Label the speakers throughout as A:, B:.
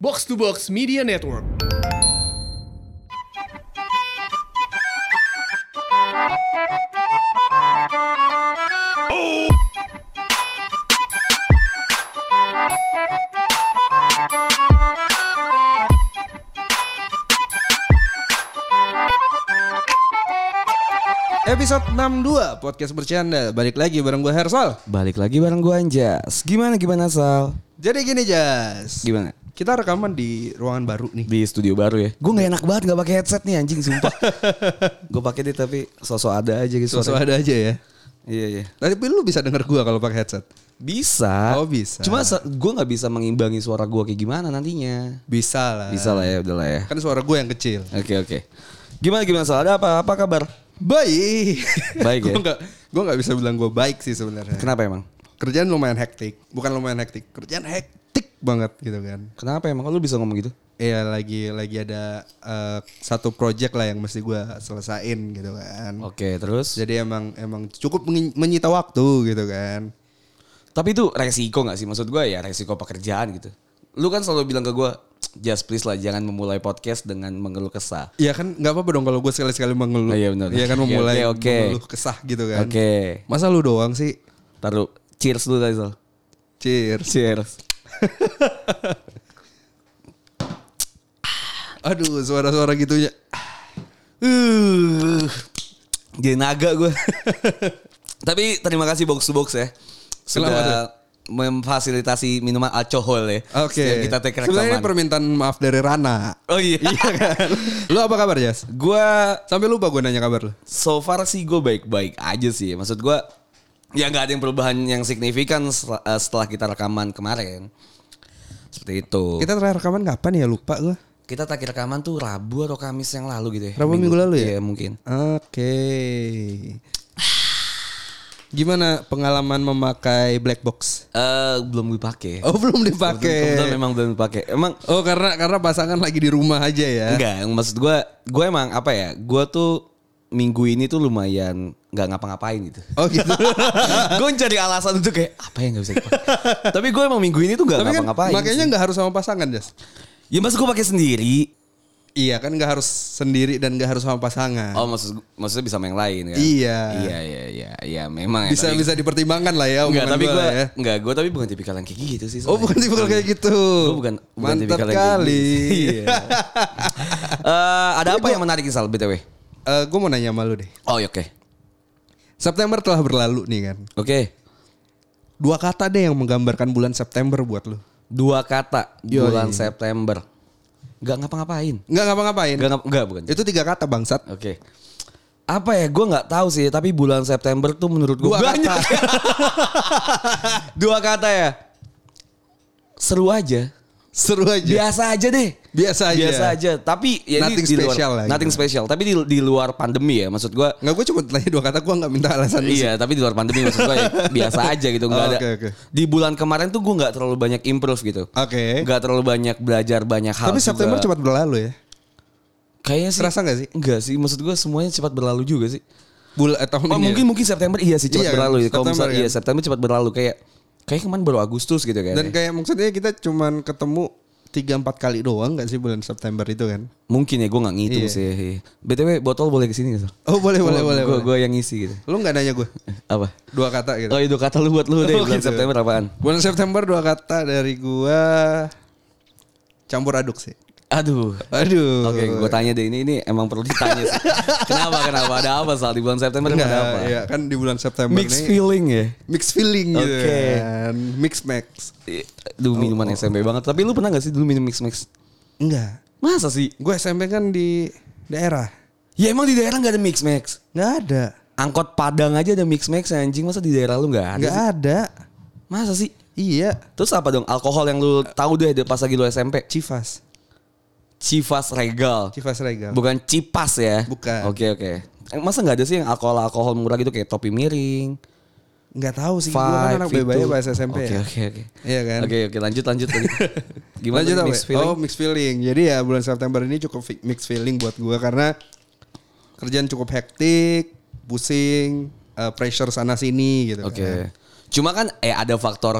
A: Box to Box Media Network.
B: Episode 62 Podcast Bercanda Balik lagi bareng gue Hersal
C: Balik lagi bareng gue Anjas. Gimana gimana Sal?
B: Jadi gini Jas
C: Gimana?
B: Kita rekaman di ruangan baru nih
C: Di studio baru ya? Gue gak enak banget gak pakai headset nih anjing sumpah. gue pakai deh tapi sosok ada aja gitu.
B: Suara
C: suaranya.
B: ada aja ya
C: Iya iya.
B: Tapi lu bisa denger gue kalau pakai headset
C: Bisa.
B: Oh, bisa.
C: Cuma gue nggak bisa mengimbangi suara gue kayak gimana nantinya.
B: Bisa lah
C: Bisa lah ya, udah lah ya.
B: Kan suara gue yang kecil
C: Oke oke. Gimana gimana Sal? Ada apa? Apa kabar?
B: Baik
C: Baik ya?
B: Gue gak, gua nggak bisa bilang gue baik sih sebenarnya
C: Kenapa emang?
B: Kerjaan lumayan hektik Bukan lumayan hektik Kerjaan hektik banget gitu kan
C: Kenapa emang? Kok Lu bisa ngomong gitu?
B: Iya lagi lagi ada eh, satu project lah yang mesti gue selesain gitu kan
C: Oke terus.
B: Jadi emang emang cukup menyi- menyita waktu gitu kan
C: Tapi itu resiko gak sih? Maksud gue ya resiko pekerjaan gitu. Lu kan selalu bilang ke gue, just please lah jangan memulai podcast dengan mengeluh kesah.
B: Iya kan nggak apa-apa dong kalau gue sekali-sekali mengeluh.
C: Oh, iya benar.
B: kan
C: Oke,
B: memulai
C: oke, oke.
B: mengeluh kesah gitu kan.
C: Oke.
B: Masa lu doang sih?
C: Taruh cheers dulu tadi Sal.
B: Cheers.
C: Cheers.
B: Aduh, suara-suara gitunya.
C: Uh, jadi naga gue. Tapi terima kasih box to box ya.
B: Kenapa tuh?
C: Sudah memfasilitasi minuman alkohol ya.
B: Oke.
C: Setiap Kita take
B: Sebenarnya ini
C: rekaman.
B: permintaan maaf dari Rana.
C: Oh iya.
B: kan? lu apa kabar, Jas?
C: gue
B: Sampai lupa gue nanya kabar lu.
C: so far sih gue baik-baik aja sih. Maksud gue ya nggak ada yang perubahan yang signifikan setel- eh, setelah kita rekaman kemarin. Seperti itu. Kita,
B: Kita terakhir rekaman kapan ya? Lupa gue.
C: kita terakhir rekaman tuh Rabu atau Kamis yang lalu gitu ya.
B: Rabu minggu lalu ya?
C: Iya mungkin.
B: Oke. Gimana pengalaman memakai black box?
C: Eh belum dipakai.
B: Oh, belum
C: Kebetulan
B: dipakai.
C: memang belum dipakai. Emang
B: Oh, karena karena pasangan lagi di rumah aja ya.
C: enggak, yang maksud gue, gue emang apa ya? Gue tuh minggu ini tuh lumayan nggak ngapa-ngapain gitu.
B: Oh, gitu.
C: gue cari alasan untuk kayak apa yang nggak bisa dipakai. Tapi gue emang minggu ini tuh nggak
B: Tapi kan
C: ngapa-ngapain.
B: makanya
C: sih.
B: nggak harus sama pasangan, Jas.
C: ya maksud gue pakai sendiri.
B: Iya kan nggak harus sendiri dan nggak harus sama pasangan.
C: Oh maksud maksudnya bisa sama yang lain kan?
B: Iya.
C: Iya iya iya iya memang. ya,
B: bisa
C: tapi-
B: bisa dipertimbangkan lah ya.
C: Enggak
B: omongan
C: tapi
B: gua
C: gue
B: lah ya.
C: enggak gue tapi bukan tipikal yang kayak gitu sih.
B: Oh bukan tipe kayak gitu.
C: Gue bukan, bukan
B: Mantap
C: tipikal yang kayak
B: kali.
C: gitu. Iya. Eh, ada apa yang menarik Sal BTW?
B: gue Eh, mau nanya sama lu deh.
C: Oh iya, oke.
B: September telah berlalu nih kan.
C: Oke.
B: Dua kata deh yang menggambarkan bulan September buat lu.
C: Dua kata
B: Yoi.
C: bulan September. Gak ngapa-ngapain.
B: Nggak ngapa-ngapain.
C: Gak, ngapa, gak bukan. Oke.
B: Itu tiga kata bangsat.
C: Apa ya? Gue nggak tahu sih. Tapi bulan September tuh menurut gue
B: Dua kata.
C: Dua kata ya. Seru aja.
B: Seru aja.
C: Biasa aja deh.
B: Biasa aja.
C: Biasa aja. Tapi ya
B: Nothing
C: di luar,
B: special lah gitu.
C: Nothing special. Tapi di, di luar pandemi ya. Maksud gue.
B: Nggak gue cuma tanya dua kata. Gue nggak minta alasan. lu sih.
C: Iya, tapi di luar pandemi maksud gue ya, biasa aja gitu, nggak
B: Oh,
C: ada.
B: oke, oke.
C: Di bulan kemarin tuh gue nggak terlalu banyak improve gitu,
B: Oke.
C: nggak terlalu banyak belajar banyak
B: Eh?
C: hal.
B: Tapi
C: juga.
B: September cepat berlalu ya.
C: Kayaknya sih.
B: Terasa nggak sih?
C: Enggak sih, maksud gue semuanya cepat berlalu juga sih.
B: Bulan eh, tahun ini.
C: Oh,
B: ya?
C: mungkin mungkin September iya sih cepat
B: Iya kan,
C: berlalu. ya. Kalau
B: September
C: misalnya
B: kan.
C: iya September cepat berlalu kayak kayak kemarin baru Agustus gitu kan.
B: Dan kayak maksudnya kita cuman ketemu 3 4 kali doang gak sih bulan September itu kan?
C: mungkin ya gue nggak
B: Iya.
C: ngitung sih. BTW botol boleh kesini gitu.
B: Oh, boleh boleh boleh.
C: Gue
B: boleh.
C: gue yang ngisi gitu.
B: Lu nggak nanya gue
C: Apa?
B: dua kata gitu.
C: Oh itu kata lu buat lu deh
B: Oh,
C: bulan
B: gitu.
C: September apaan?
B: Bulan September dua kata dari gua campur aduk sih.
C: Aduh.
B: Aduh.
C: Oke, gue tanya deh ini ini emang perlu ditanya sih. kenapa kenapa ada apa soal di bulan September
B: Nggak,
C: ada apa?
B: ya kan di bulan September
C: iya. Mixed
B: nih
C: feeling ya.
B: mix feeling gitu
C: Oke.
B: kan. Mix max.
C: Duh Iya. minuman SMP banget. Tapi lu pernah gak sih dulu minum mix mix?
B: Enggak.
C: Masa sih?
B: Gue SMP kan di daerah.
C: Ya emang di daerah nggak ada mix mix.
B: Nggak ada.
C: Angkot Padang aja ada mix mix anjing masa di daerah lu nggak ada?
B: Nggak
C: sih?
B: ada.
C: Masa sih?
B: Iya.
C: Terus apa dong alkohol yang lu tahu deh pas lagi lu SMP?
B: Civas.
C: Civas Regal.
B: Civas Regal.
C: Bukan Cipas ya?
B: Bukan.
C: Oke oke. Eh, Masa nggak ada sih yang alkohol alkohol murah gitu kayak topi miring?
B: Nggak tahu sih. Gue
C: Five,
B: kan anak bebaya
C: itu.
B: pas SMP.
C: Oke
B: ya.
C: oke oke.
B: Iya kan?
C: Oke oke lanjut lanjut. lanjut. Gimana
B: Lanjut
C: tuh
B: apa
C: mixed
B: ya?
C: feeling?
B: Oh, mixed feeling. Jadi ya bulan September ini cukup fi- mixed feeling buat gua karena kerjaan cukup hektik, pusing, eh, pressure sana sini gitu.
C: oke.
B: kan.
C: Cuma kan eh ada faktor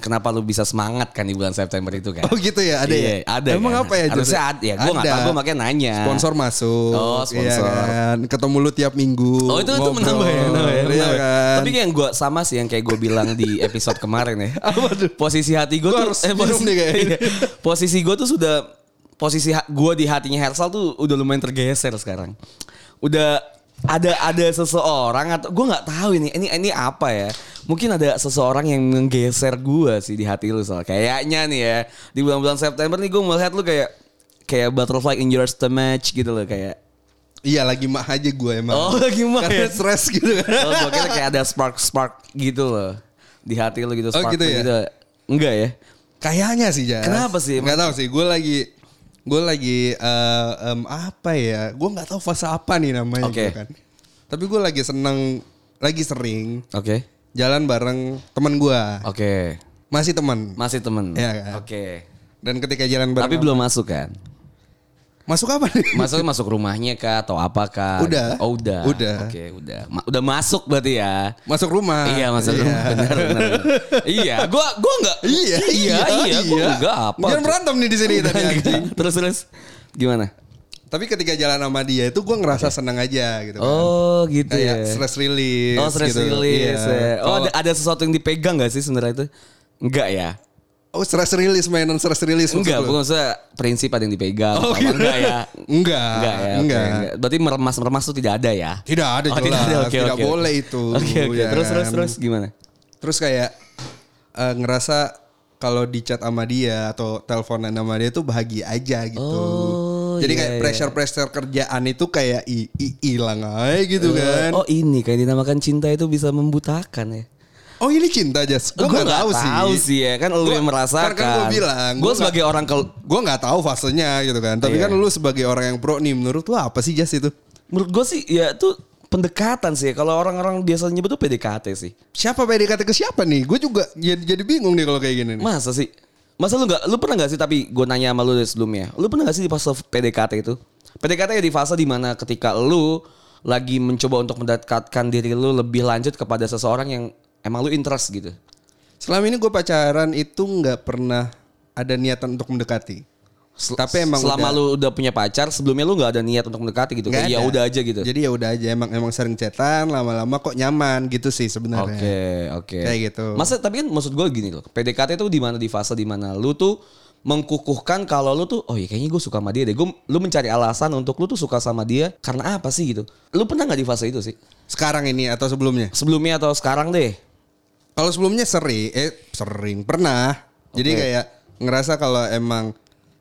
C: kenapa lu bisa semangat kan di bulan September itu kan?
B: Oh gitu ya, ada ya.
C: Iya, ada.
B: Emang
C: kan?
B: apa ya? Jod?
C: Harusnya ada. Ya, gue nggak tahu. Gue makanya nanya.
B: Sponsor masuk.
C: Oh, sponsor.
B: Iya kan? Ketemu lu tiap minggu.
C: Oh itu itu
B: ngobrol.
C: menambah ya. menambah ya,
B: Iya
C: menambah ya.
B: kan.
C: Tapi kayak yang gue sama sih yang kayak gue bilang di episode kemarin ya. Posisi hati gue
B: Gua
C: tuh eh,
B: harus minum nih kayaknya.
C: iya. posisi gue tuh sudah posisi gue di hatinya Hersal tuh udah lumayan tergeser sekarang. Udah ada ada seseorang atau gue nggak tahu ini ini ini apa ya mungkin ada seseorang yang menggeser gue sih di hati lu soal kayaknya nih ya di bulan-bulan September nih gue melihat lu kayak kayak butterfly in your stomach gitu loh kayak
B: Iya lagi mah aja gue emang.
C: Oh, lagi mah
B: Karena
C: ya.
B: stres gitu kan.
C: Oh, gua kira kayak ada spark spark gitu loh di hati lo gitu
B: Oh,
C: spark
B: gitu ya?
C: gitu. Enggak ya?
B: Kayaknya sih Jas.
C: Kenapa sih?
B: Gak tau sih. Gue lagi gue lagi eh, em, apa ya? Gue nggak tahu fase apa nih namanya. gitu
C: Oke.
B: kan. Tapi gue lagi seneng, lagi sering
C: Oke.
B: jalan bareng teman gue.
C: Oke.
B: Masih teman.
C: Masih temen.
B: Iya, kan?
C: Oke.
B: Dan ketika jalan bareng.
C: Tapi belum masuk kan?
B: Masuk apa nih?
C: Masuk masuk rumahnya kah atau apa kah?
B: Udah.
C: Oh, udah.
B: Udah. Ah,
C: Oke, udah. Ma- udah masuk berarti ya.
B: Masuk rumah.
C: Iya masuk rumah benar benar. benar. iya, gua gua enggak
B: Iya,
C: iya, iya, gua enggak apa.
B: Jangan berantem nih di sini
C: Enggak,
B: tadi.
C: enggak.
B: anjing.
C: Terus terus gimana?
B: Tapi ketika jalan sama dia itu gue ngerasa seneng aja gitu kan.
C: Oh, gitu
B: Kayak
C: ya.
B: stress release.
C: Oh stress
B: gitu.
C: release.
B: Iya.
C: ya. Oh ada, ada sesuatu yang dipegang gak sih sebenarnya itu? Enggak ya?
B: Oh stress release mainan stress release maksud
C: Enggak,
B: lu?
C: bukan maksudnya prinsip ada yang dipegang.
B: Oh,
C: apa
B: gitu.
C: Enggak ya?
B: Enggak,
C: Enggak ya? oke,
B: enggak.
C: Berarti meremas-meremas itu tidak ada ya?
B: Tidak ada
C: Oh,
B: jelas.
C: tidak
B: Tidak,
C: ada, oke, oke, oke.
B: boleh itu.
C: Oke, oke.
B: ya
C: Terus,
B: kan?
C: terus, terus gimana?
B: Terus kayak eh, ngerasa kalau di chat sama dia atau teleponan sama dia tuh bahagia aja gitu.
C: Oh,
B: Jadi
C: iya,
B: kayak
C: iya.
B: pressure-pressure kerjaan itu kayak i- i- hilang aja gitu kan.
C: Oh ini kayak dinamakan cinta itu bisa membutakan ya?
B: Oh ini cinta Jas. Gue
C: Gua
B: gak tahu sih.
C: ya. Kan lu
B: Gua-
C: yang merasakan.
B: kan- kan gua bilang,
C: Gue
B: gua
C: sebagai orang kalau
B: Gue nggak tahu fasenya gitu kan. Tapi
C: Iya.
B: kan lu sebagai orang yang pro nih, menurut lu apa sih Jas itu?
C: Menurut gue sih ya itu pendekatan sih. ya. Kalau orang-orang biasanya nyebut tuh PDKT sih.
B: Siapa PDKT ke siapa nih? Gue juga jadi, jadi bingung nih kalau kayak gini nih.
C: Masa sih? Masa lu nggak lu pernah nggak sih tapi gue nanya sama lu dari sebelumnya. Lu pernah nggak sih di fase PDKT itu? PDKT ya di fase dimana ketika lu lagi mencoba untuk mendekatkan diri lu lebih lanjut kepada seseorang yang emang lu interest gitu.
B: Selama ini gue pacaran itu nggak pernah ada niatan untuk mendekati. Tapi emang
C: Selama
B: udah-
C: lu udah punya pacar, sebelumnya lu nggak ada niat untuk mendekati gitu.
B: nggak
C: Kayak ya
B: ada.
C: udah aja gitu. Oke,
B: Jadi ya udah aja emang emang sering cetan lama-lama kok nyaman gitu sih
C: oke.
B: sebenarnya. Kayak gitu.
C: Masa tapi kan maksud gue gini loh. PDKT itu di mana di fase di mana lu tuh mengkukuhkan kalau lu tuh oh ya kayaknya gue suka sama dia deh. Gua, lu mencari alasan untuk lu tuh suka sama dia karena apa sih gitu. Lu pernah nggak di fase itu sih?
B: Sekarang ini atau sebelumnya?
C: Sebelumnya atau sekarang deh?
B: Kalau sebelumnya sering eh sering pernah. Jadi
C: Oke.
B: kayak ngerasa kalau emang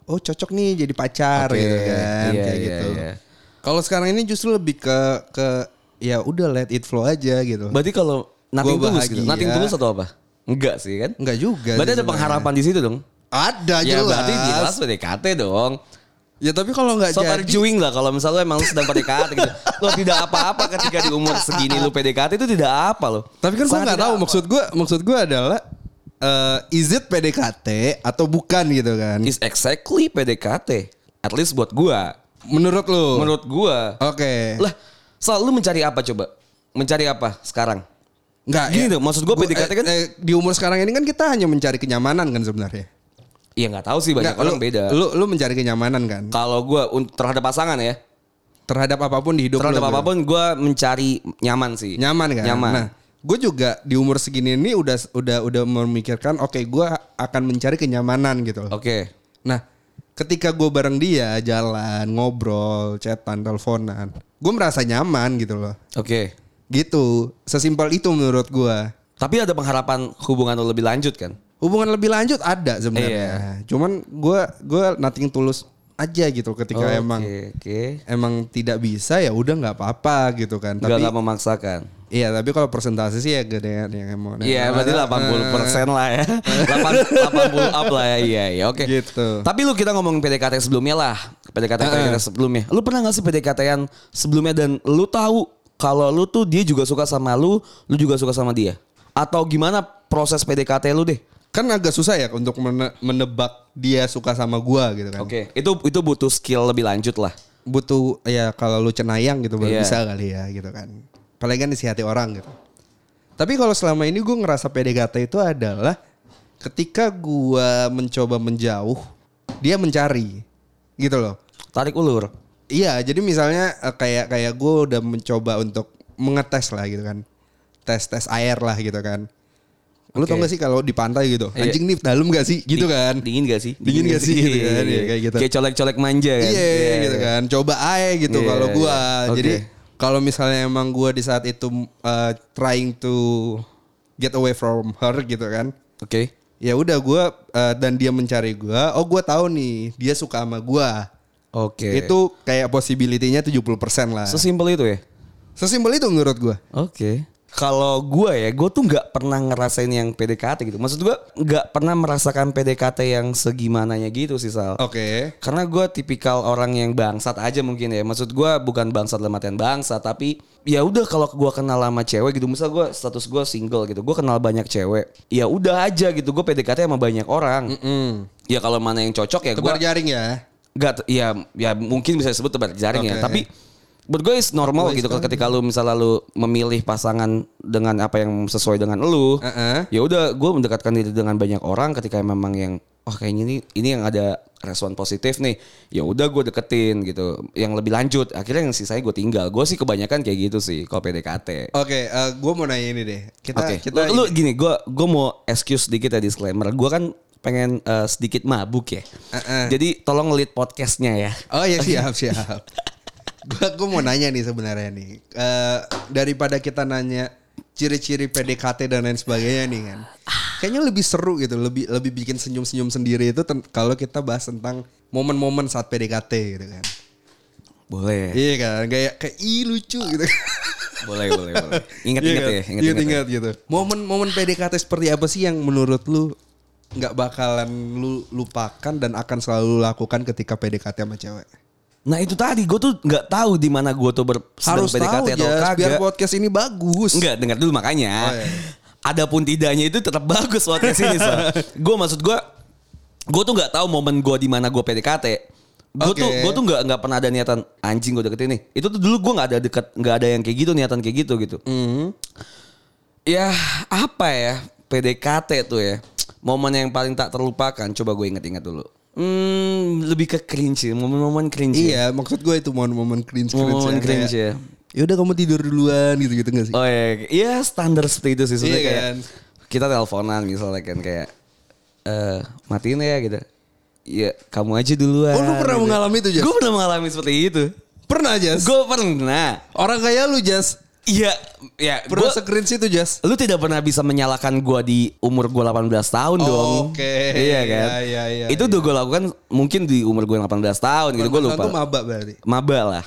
B: oh cocok nih jadi pacar
C: Oke.
B: gitu kan
C: Iya,
B: kayak
C: iya,
B: gitu.
C: iya.
B: Kalau sekarang ini justru lebih ke ke ya udah let it flow aja gitu.
C: Berarti kalau nothing
B: Gua
C: tulus
B: bahagia.
C: gitu. Nothing tulus atau apa? Enggak sih kan?
B: Enggak juga.
C: Berarti
B: sih
C: ada
B: sebenarnya.
C: pengharapan di situ dong.
B: Ada
C: Ya
B: jelas.
C: berarti jelas PDKT dong.
B: Ya tapi kalau nggak
C: So
B: jadi
C: arguing lah kalau misalnya emang lu sedang PDKT gitu. Lo tidak apa-apa ketika di umur segini lu PDKT itu tidak apa loh.
B: Tapi kan gue
C: Sangat
B: nggak
C: tidak
B: tahu
C: apa.
B: maksud gue maksud gue adalah eh is it PDKT atau bukan gitu kan?
C: is exactly PDKT. At least buat gua.
B: Menurut lu?
C: Menurut gua.
B: Oke.
C: Lah, selalu mencari apa coba? Mencari apa sekarang?
B: Nggak. ya?
C: Gini tuh, maksud gue
B: Gua-
C: PDKT kan-
B: eh, eh, di umur sekarang ini kan kita hanya mencari kenyamanan kan sebenarnya.
C: Iya nggak tahu sih banyak
B: Nggak,
C: orang
B: lu-
C: beda.
B: Lu lu mencari kenyamanan kan?
C: Kalau gua un- terhadap pasangan ya,
B: Terhadap apapun di hidup
C: terhadap
B: lu,
C: apapun gua mencari nyaman sih.
B: Bro. Nyaman kan?
C: Nyaman.
B: Nah, gue juga di umur segini ini udah udah udah memikirkan oke gue akan mencari kenyamanan gitu loh.
C: Oke.
B: Nah, ketika gue bareng dia jalan, ngobrol, chatan, teleponan, gue merasa nyaman gitu loh.
C: Oke.
B: Gitu, sesimpel itu menurut gue.
C: Tapi ada pengharapan hubungan lo lebih lanjut kan?
B: Hubungan lebih lanjut ada
C: Iya.
B: sebenarnya. Cuman gue gue nothing tulus aja gitu ketika
C: Oke,
B: emang
C: Oke.
B: emang tidak bisa ya udah nggak apa-apa gitu kan.
C: Enggak
B: Tapi
C: nggak memaksakan.
B: iya, tapi kalau persentase sih ya gedean yang emang.
C: Iya, berarti 80 lah ya. 80 up lah ya. Iya, iya, oke.
B: Gitu.
C: Tapi lu kita ngomongin PDKT sebelumnya lah. PDKT PDKT sebelumnya. Lu pernah gak sih PDKT-an sebelumnya dan lu tahu kalau lu tuh dia juga suka sama lu, lu juga suka sama dia? Atau gimana proses PDKT lu deh?
B: Kan agak susah ya untuk mene- menebak dia suka sama gua gitu kan.
C: Oke, itu itu butuh skill lebih lanjut lah.
B: butuh ya kalau lu cenayang gitu baru
C: Iya.
B: bisa kali ya gitu kan. Paling kan isi hati orang gitu. Tapi kalau selama ini gue ngerasa PDKT itu adalah ketika gua mencoba menjauh, dia mencari. Gitu loh.
C: Tarik ulur.
B: Iya, jadi misalnya eh, kayak kayak gue udah mencoba untuk mengetes lah gitu kan, tes tes air lah gitu kan. Lu tau
C: Oke.
B: gak sih kalau di pantai gitu,
C: Iya.
B: anjing nih dalam gak sih gitu
C: Di-
B: kan?
C: Dingin gak sih?
B: Dingin gak sih? Gitu kan, iya, kayak gitu.
C: Kayak colek-colek manja kan.
B: Iya gitu kan, coba aja gitu
C: Iya,
B: kalau gua.
C: iya. Oke.
B: Jadi kalau misalnya emang gua di saat itu eh, trying to get away from her gitu kan,
C: Oke.
B: ya udah gua eh, dan dia mencari gua, oh gua tahu nih dia suka sama gua.
C: Oke.
B: Itu kayak possibility-nya 70% lah.
C: sesimpel itu ya.
B: Sesimpel itu menurut gua.
C: Oke. Kalau gue ya, gue tuh nggak pernah ngerasain yang PDKT gitu. Maksud gue nggak pernah merasakan PDKT yang segimananya gitu sih Sal.
B: Oke.
C: Karena gue tipikal orang yang bangsat aja mungkin ya. Maksud gue bukan bangsat dalam artian bangsa, tapi ya udah kalau gue kenal sama cewek gitu. Misal gue status gue single gitu, gue kenal banyak cewek. Ya udah aja gitu, gue PDKT sama banyak orang. Ya kalau mana yang cocok ya gue
B: Tebar jaring ya.
C: Gak, ya, ya mungkin bisa disebut tebar jaring
B: Oke.
C: ya.
B: kan?
C: Tapi buat gue is normal gitu ketika lu misalnya lu memilih pasangan dengan apa yang sesuai dengan lu.
B: Heeh.
C: Ya udah gue mendekatkan diri dengan banyak orang ketika memang yang oh kayaknya ini ini yang ada respon positif nih. Ya udah gue deketin gitu. Yang lebih lanjut akhirnya yang sisanya gue tinggal. Gue sih kebanyakan kayak gitu sih kalau PDKT.
B: Oke, eh, gua mau nanya ini deh. Kita
C: Oke.
B: kita
C: Lu, lu gini, gue gue mau excuse dikit ya disclaimer. Gue kan pengen eh, sedikit mabuk ya.
B: Heeh.
C: Jadi tolong lead podcastnya ya.
B: Oh ya siap siap. gua gua mau nanya nih sebenarnya nih. Eh, daripada kita nanya ciri-ciri PDKT dan lain sebagainya nih kan. Kayaknya lebih seru gitu, lebih lebih bikin senyum-senyum sendiri itu ten- kalau kita bahas tentang momen-momen saat PDKT gitu kan.
C: Boleh.
B: Iya kan, kayak kayak ih lucu gitu.
C: boleh boleh boleh ingat-ingat
B: Iya
C: ya
B: kan?
C: ingat-ingat ya.
B: Ingat-ingat gitu. Momen-momen PDKT seperti apa sih yang menurut lu nggak bakalan lu lupakan dan akan selalu lakukan ketika PDKT sama cewek?
C: nah itu tadi gue tuh nggak tahu di mana gue tuh ber sedang
B: Harus tahu ya, biar podcast ini bagus.
C: Enggak, dengar dulu makanya.
B: Oh, iya.
C: Adapun tidaknya itu tetap bagus podcast ini. gue maksud gue, gue tuh nggak tahu momen gue di mana gue PDKT. Gue
B: Oke.
C: tuh gue tuh nggak nggak pernah ada niatan anjing gue deketin nih. Itu tuh dulu gue nggak ada dekat nggak ada yang kayak gitu niatan kayak gitu gitu.
B: Mhm.
C: Ya apa ya PDKT tuh ya momen yang paling tak terlupakan. Coba gue inget-inget dulu. Hmm, lebih ke cringe, momen-momen cringe.
B: Iya, maksud gue itu momen-momen cringe cringe.
C: momen cringe ya.
B: Ya udah kamu tidur duluan gitu-gitu gak sih?
C: Oh iya, iya standar seperti itu sih sebenarnya
B: Iya
C: kayak
B: kan?
C: kita teleponan misalnya kan kayak eh matiin ya gitu. Iya, kamu aja duluan.
B: Oh, lu pernah mengalami itu, Jas?
C: Gue pernah mengalami seperti itu.
B: Pernah Jas?
C: Gue pernah.
B: Orang kayak lu Jas,
C: Iya, ya
B: pernah
C: gua-
B: se-cringe itu Jas?
C: lu tidak pernah bisa menyalahkan gua di umur gua 18 tahun
B: Oh,
C: dong.
B: oke.
C: Iya kan?
B: Iya, iya, iya,
C: itu udah gue lakukan mungkin di umur gua 18 tahun gitu, gue
B: Mantan
C: lupa.
B: tuh maba berarti.
C: Maba lah.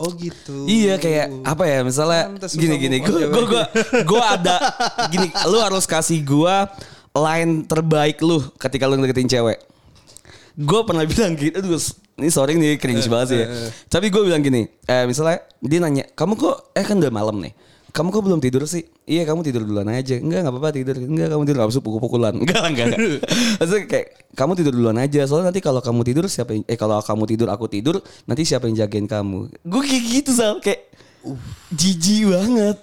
B: Oh gitu.
C: Iya kayak apa ya misalnya
B: Pantes
C: gini
B: kamu
C: gini
B: kok
C: gue
B: cewek.
C: gue gue gue ada gini lu harus kasih gue line terbaik lu ketika lu deketin cewek. Gue pernah bilang gitu, aduh ini sorry nih
B: Eh,
C: cringe banget sih ya. Tapi gue bilang gini, eh, misalnya dia nanya, kamu kok eh kan udah malam nih. Kamu kok belum tidur sih? Iya kamu tidur duluan aja. Enggak nggak apa-apa tidur. Enggak kamu tidur habis itu pukul-pukulan. Enggak lah, enggak enggak. Maksudnya kayak kamu tidur duluan aja. Soalnya nanti kalau kamu tidur siapa yang, eh kalau kamu tidur aku tidur nanti siapa yang jagain kamu? Gue kayak gitu sal kayak jijik banget.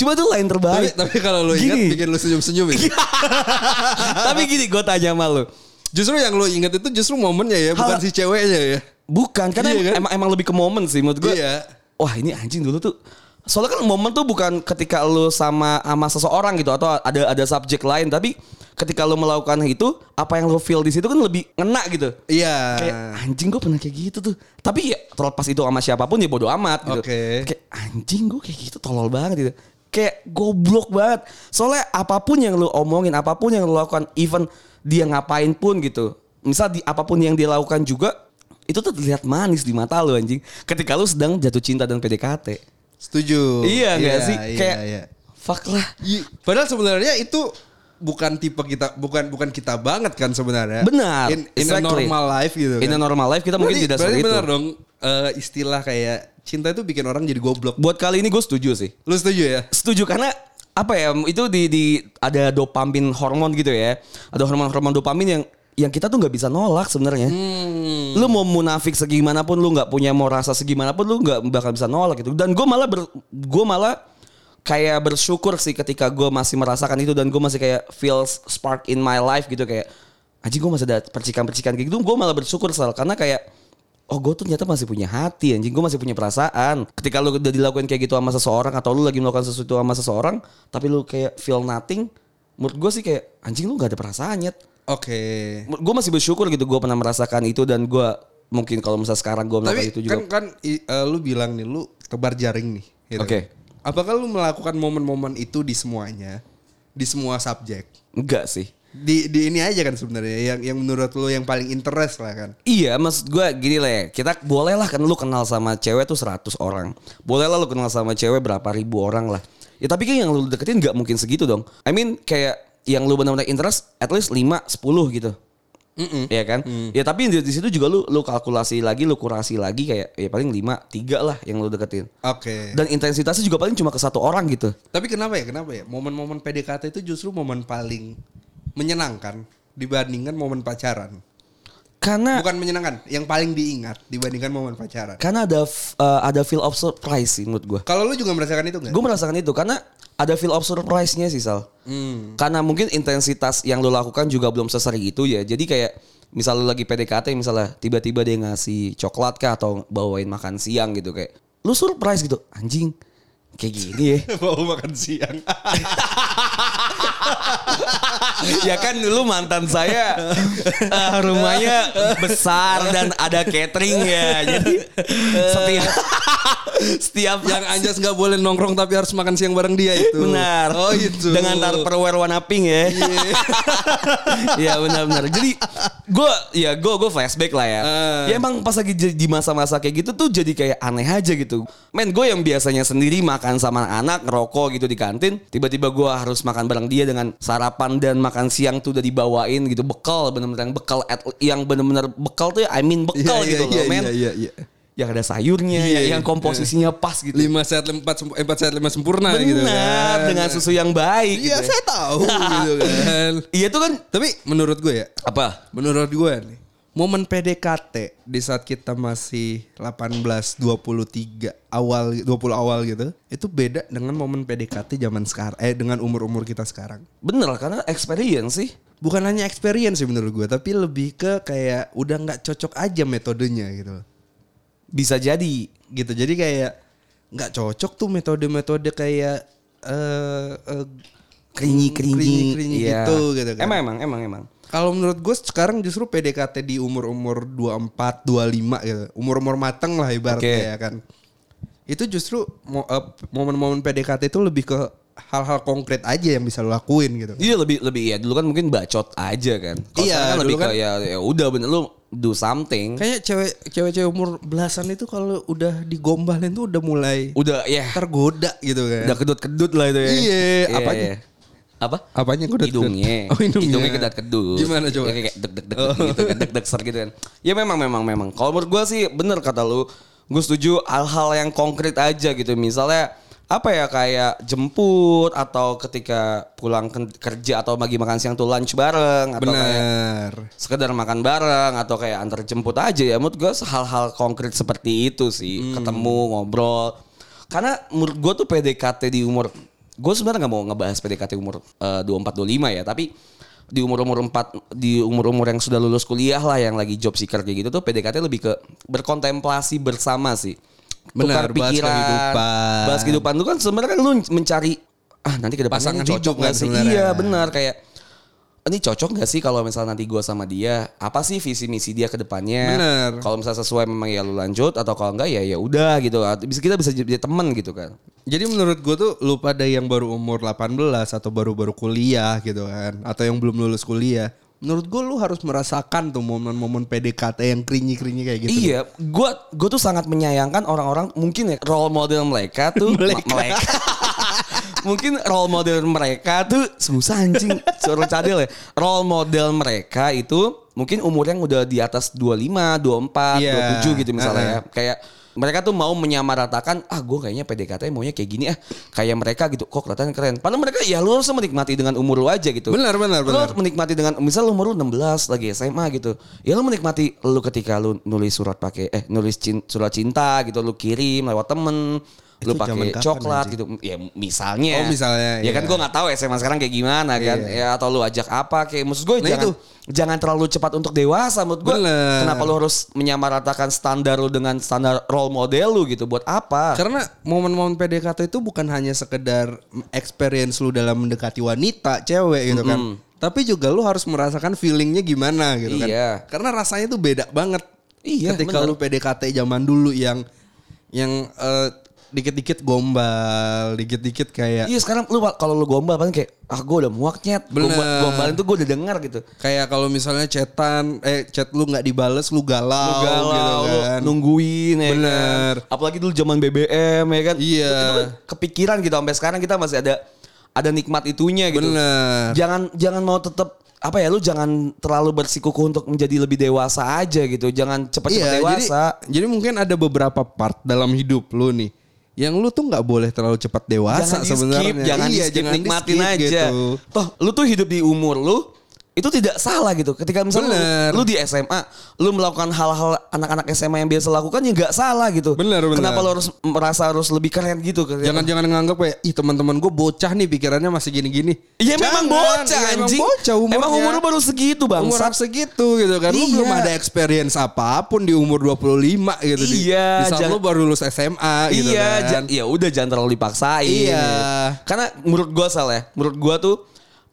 C: Cuma tuh lain
B: Tapi,
C: terbaik.
B: tapi kalau lu ingat
C: Gini. Iya.
B: bikin lu senyum-senyum ya.
C: tapi gini gue tanya sama lu.
B: Justru yang lu inget itu justru momennya ya, bukan
C: Hal-
B: si ceweknya ya.
C: Bukan karena
B: Iya kan?
C: emang emang lebih ke momen sih menurut gue.
B: Iya.
C: Wah ini anjing dulu tuh. Soalnya kan momen tuh bukan ketika lu sama sama seseorang gitu atau ada ada subjek lain tapi ketika lu melakukan itu apa yang lu feel di situ kan lebih ngena gitu.
B: Iya.
C: Kayak anjing gue pernah kayak gitu tuh. Tapi ya terlepas itu sama siapapun ya bodo amat gitu.
B: Oke.
C: Kayak anjing gue kayak gitu tolol banget gitu. Kayak goblok banget. Soalnya apapun yang lu omongin, apapun yang lu lakukan, even dia ngapain pun gitu. Misal di apapun yang dia lakukan juga itu tuh terlihat manis di mata lu anjing. Ketika lu sedang jatuh cinta dan PDKT.
B: Setuju.
C: iya enggak sih?
B: Oh, iya,
C: kayak
B: iya.
C: fuck lah.
B: Iya. Padahal sebenarnya itu bukan tipe kita bukan bukan kita banget kan sebenarnya.
C: Benar,
B: In, in a
C: exactly.
B: normal life gitu.
C: In a
B: kan.
C: normal life kita mungkin
B: Berarti-
C: tidak
B: berarti
C: seperti
B: benar
C: itu.
B: dong eh, istilah kayak cinta itu bikin orang jadi goblok.
C: Buat kali ini gue setuju sih.
B: Lu setuju ya?
C: setuju karena apa ya itu di di ada dopamin hormon gitu ya ada hormon-hormon dopamin yang yang kita tuh nggak bisa nolak sebenarnya
B: Hmm,
C: lu mau munafik segimanapun lu nggak punya mau rasa segimanapun lu nggak bakal bisa nolak gitu dan gue malah ber, gue malah kayak bersyukur sih ketika gue masih merasakan itu dan gue masih kayak feels spark in my life gitu kayak aji gue masih ada percikan-percikan kayak gitu gue malah bersyukur sal karena kayak Oh gue tuh ternyata masih punya hati anjing Gue masih punya perasaan Ketika lu udah dilakuin kayak gitu sama seseorang Atau lu lagi melakukan sesuatu sama seseorang Tapi lu kayak feel nothing Menurut gue sih kayak Anjing lu gak ada perasaannya
B: Oke.
C: gue masih bersyukur gitu gue pernah merasakan itu dan gue mungkin kalau misalnya sekarang gue
B: Tapi
C: melakukan itu
B: kan
C: juga
B: kan i- eh, lu bilang nih lu tebar jaring nih. gitu.
C: Oke.
B: Apakah lu melakukan momen-momen itu di semuanya, di semua subjek?
C: enggak sih
B: Di di ini aja kan sebenarnya yang yang menurut lu yang paling interest lah kan.
C: Iya maksud gue gini lah ya Kita boleh lah kan lu kenal sama cewek tuh 100 orang Boleh lah lu kenal sama cewek berapa ribu orang lah Ya tapi kan yang lu deketin gak mungkin segitu dong I mean kayak yang lu benar-benar interest at least 5, 10 gitu
B: Hmm.
C: Iya kan? Ya tapi di, di situ juga lu lu kalkulasi lagi, lu kurasi lagi kayak ya paling 5, 3 lah yang lu deketin.
B: Oke.
C: Dan intensitasnya juga paling cuma ke satu orang gitu.
B: Tapi kenapa ya? Kenapa ya? Momen-momen PDKT itu justru momen paling menyenangkan dibandingkan momen pacaran.
C: Karena
B: Bukan menyenangkan, yang paling diingat dibandingkan momen pacaran.
C: Karena ada f- eh, ada feel of surprise sih menurut gue.
B: Kalau lu juga merasakan itu nggak?
C: Gue merasakan itu karena ada feel of surprise-nya sih Sal.
B: Hmm.
C: Karena mungkin intensitas yang lo lakukan juga belum sesering itu ya. Jadi kayak misal lo lagi PDKT misalnya tiba-tiba dia ngasih coklat kah atau bawain makan siang gitu kayak. Lo surprise gitu. Anjing. Kayak gini ya.
B: Mau makan siang.
C: ya kan dulu mantan saya eh, rumahnya besar dan ada catering ya. Jadi setiap setiap
B: yang Anjas nggak boleh nongkrong tapi harus makan siang bareng dia itu.
C: Benar.
B: Oh itu.
C: Dengan Tupperware warna pink ya. Iya benar-benar. Jadi gue ya gue gue flashback lah ya.
B: Eh.
C: Ya emang pas lagi jadi- di masa-masa kayak gitu tuh jadi kayak aneh aja gitu. Men gue yang biasanya sendiri makan sama anak ngerokok gitu di kantin, tiba-tiba gue harus makan bareng dia dengan sarapan dan makan siang tuh udah dibawain gitu bekal bener-bener yang bekal at- yang bener-bener bekal tuh ya, I mean
B: Iya
C: bekal
B: iya
C: gitu
B: iya
C: loh men.
B: iya iya. iya.
C: Yang ada sayurnya,
B: Iya,
C: yang- yang
B: iya.
C: komposisinya pas gitu.
B: Lima sehat lima- empat semp- empat sehat lima sempurna
C: Benar,
B: gitu kan.
C: dengan susu yang baik.
B: Iya
C: gitu ya.
B: saya tahu gitu kan.
C: Iya tuh kan
B: Tapi menurut gue ya,
C: apa?
B: menurut gue nih, momen PDKT di saat kita masih 18 23 awal 20 awal gitu, itu beda dengan momen PDKT zaman sekarang eh dengan umur-umur kita sekarang.
C: Bener karena experience sih.
B: bukan hanya experience sih menurut gue tapi lebih ke kayak udah nggak cocok aja metodenya gitu loh.
C: Bisa jadi.
B: gitu jadi kayak nggak cocok tuh metode-metode kayak eh eh,
C: Keringi-keringi.
B: Keringi-keringi Hmm,
C: Iya.
B: gitu, gitu kan.
C: Emang emang emang emang.
B: kalau menurut gue sekarang justru PDKT di umur-umur 24, 25 gitu. Umur-umur mateng lah ibaratnya
C: Oke.
B: ya kan. Itu justru mo- eh, momen-momen PDKT itu lebih ke hal-hal konkret aja yang bisa lo lakuin gitu.
C: Iya lebih lebih ya dulu kan mungkin bacot aja kan. Kalau
B: Iya,
C: sekarang kan lebih
B: dulu kan-
C: ke ya, ya udah bener lu do something.
B: Kayaknya cewek cewek-cewek umur belasan itu kalau udah digombalin tuh udah mulai
C: Udah ya
B: tergoda gitu kan.
C: udah kedut-kedut lah itu ya.
B: Iya,
C: apa
B: apanya?
C: Apa?
B: Apanya kedut-kedut?
C: Hidungnya. Ya,
B: Oh, hidungnya.
C: kedat kedut.
B: Gimana coba? Oh.
C: Kayak kayak deg deg deg gitu kan deg deg ser gitu kan. Ya memang memang memang. Kalau menurut gua sih bener kata lu. Gue setuju hal-hal yang konkret aja gitu. Misalnya apa ya kayak jemput atau ketika pulang ke- kerja atau bagi makan siang tuh lunch bareng atau kayak
B: Benar.
C: sekedar makan bareng atau kayak antar jemput aja ya menurut gue hal-hal konkret seperti itu sih
B: Hmm.
C: ketemu ngobrol karena menurut gue tuh PDKT di umur gue sebenarnya nggak mau ngebahas PDKT umur dua empat ya tapi di umur umur empat di umur umur yang sudah lulus kuliah lah yang lagi job seeker kayak gitu tuh PDKT lebih ke berkontemplasi bersama sih
B: Benar, bahas kehidupan.
C: bahas kehidupan lu kan sebenarnya kan lu mencari ah nanti ke
B: Pasangan
C: depannya ini
B: cocok
C: cocok nggak
B: kan
C: sih
B: sebenarnya.
C: iya benar kayak ini cocok gak sih kalau misalnya nanti gue sama dia apa sih visi misi dia ke depannya
B: Bener.
C: kalau misalnya sesuai memang ya lu lanjut atau kalau enggak ya ya udah gitu bisa kita bisa jadi temen gitu kan
B: Jadi menurut gue tuh lu pada yang baru umur 18 atau baru-baru kuliah gitu kan atau yang belum lulus kuliah, menurut gue lu harus merasakan tuh momen-momen PDKT yang krinyi-krinyi kayak gitu.
C: iya gue gue tuh sangat menyayangkan orang-orang mungkin ya role model mereka tuh
B: Mereka.
C: ma- mereka. mungkin role model mereka tuh susah anjing suruh cadel ya role model mereka itu mungkin umurnya yang udah di atas 25, 24,
B: Iya.
C: 27 gitu misalnya ya. kayak mereka tuh mau menyamaratakan ah gue kayaknya PDKT maunya kayak gini ah kayak mereka gitu kok kelihatan keren padahal mereka ya lu harus menikmati dengan umur lu aja gitu
B: Benar, benar,
C: Lu
B: benar.
C: harus menikmati dengan misal lu umur lu 16 lagi SMA gitu. Ya lu menikmati lu ketika lu nulis surat pakai eh nulis cin- surat cinta gitu lu kirim lewat temen
B: Itu
C: lu
B: zaman
C: pakai
B: kapan,
C: coklat
B: anjing?
C: gitu ya misalnya
B: Oh, misalnya,
C: ya
B: iya.
C: kan gue nggak tahu SMA sekarang kayak gimana kan ya atau lu ajak apa kayak maksud gue
B: Nah,
C: jangan
B: itu.
C: jangan terlalu cepat untuk dewasa menurut gue
B: Bener.
C: kenapa lu harus menyamaratakan standar lu dengan standar role model lu gitu buat apa
B: Karena momen-momen PDKT itu bukan hanya sekedar experience lu dalam mendekati wanita, cewek gitu kan. Tapi juga lu harus merasakan feelingnya gimana gitu kan.
C: Iya.
B: Karena rasanya tuh beda banget.
C: Iya,
B: Ketika
C: bener.
B: lu PDKT zaman dulu yang yang eh, dikit-dikit gombal, dikit-dikit kayak
C: Iya sekarang lu kalau lu gombal paling kayak ah gue udah muak nyet
B: Bener.
C: Gombal- gombalin tuh gue udah dengar gitu
B: kayak kalau misalnya chatan eh chat lu nggak dibales lu galau,
C: Lu galau,
B: gitu
C: lu
B: kan.
C: nungguin ya
B: Bener.
C: kan. Apalagi dulu zaman BBM ya kan.
B: Iya.
C: Itu kan kepikiran gitu sampai sekarang kita masih ada ada nikmat itunya gitu.
B: Bener.
C: Jangan jangan mau tetap apa ya lu jangan terlalu bersikukuh untuk menjadi lebih dewasa aja gitu. Jangan cepat-cepat
B: Iya, jadi,
C: dewasa.
B: jadi mungkin ada beberapa part dalam hidup lu nih yang lu tuh nggak boleh terlalu cepat dewasa
C: jangan di
B: sebenarnya.
C: skip, jangan
B: Iya,
C: di skip,
B: jangan di
C: nikmatin
B: skip
C: aja.
B: gitu.
C: Toh, lu tuh hidup di umur lu itu tidak salah gitu. Ketika misalnya
B: Bener.
C: lu, lu di SMA, lu melakukan hal-hal anak-anak SMA yang biasa lakukan ya nggak salah gitu.
B: Bener, bener.
C: Kenapa lu harus merasa harus lebih keren gitu?
B: Jangan-jangan nganggap kayak ih teman-teman gue bocah nih pikirannya masih gini-gini.
C: Iya
B: Jangan,
C: memang bocah
B: iya,
C: anjing.
B: Emang bocah umurnya.
C: Emang umur lu baru segitu bang.
B: umur segitu gitu kan. Lu
C: Iya.
B: belum ada experience apapun di umur 25 gitu. Di-
C: Iya,
B: Di, saat
C: jangan-
B: lu baru lulus SMA gitu
C: iya,
B: kan.
C: ja- ya udah jangan terlalu dipaksain.
B: Iya.
C: Karena menurut gua Sal ya, menurut gua tuh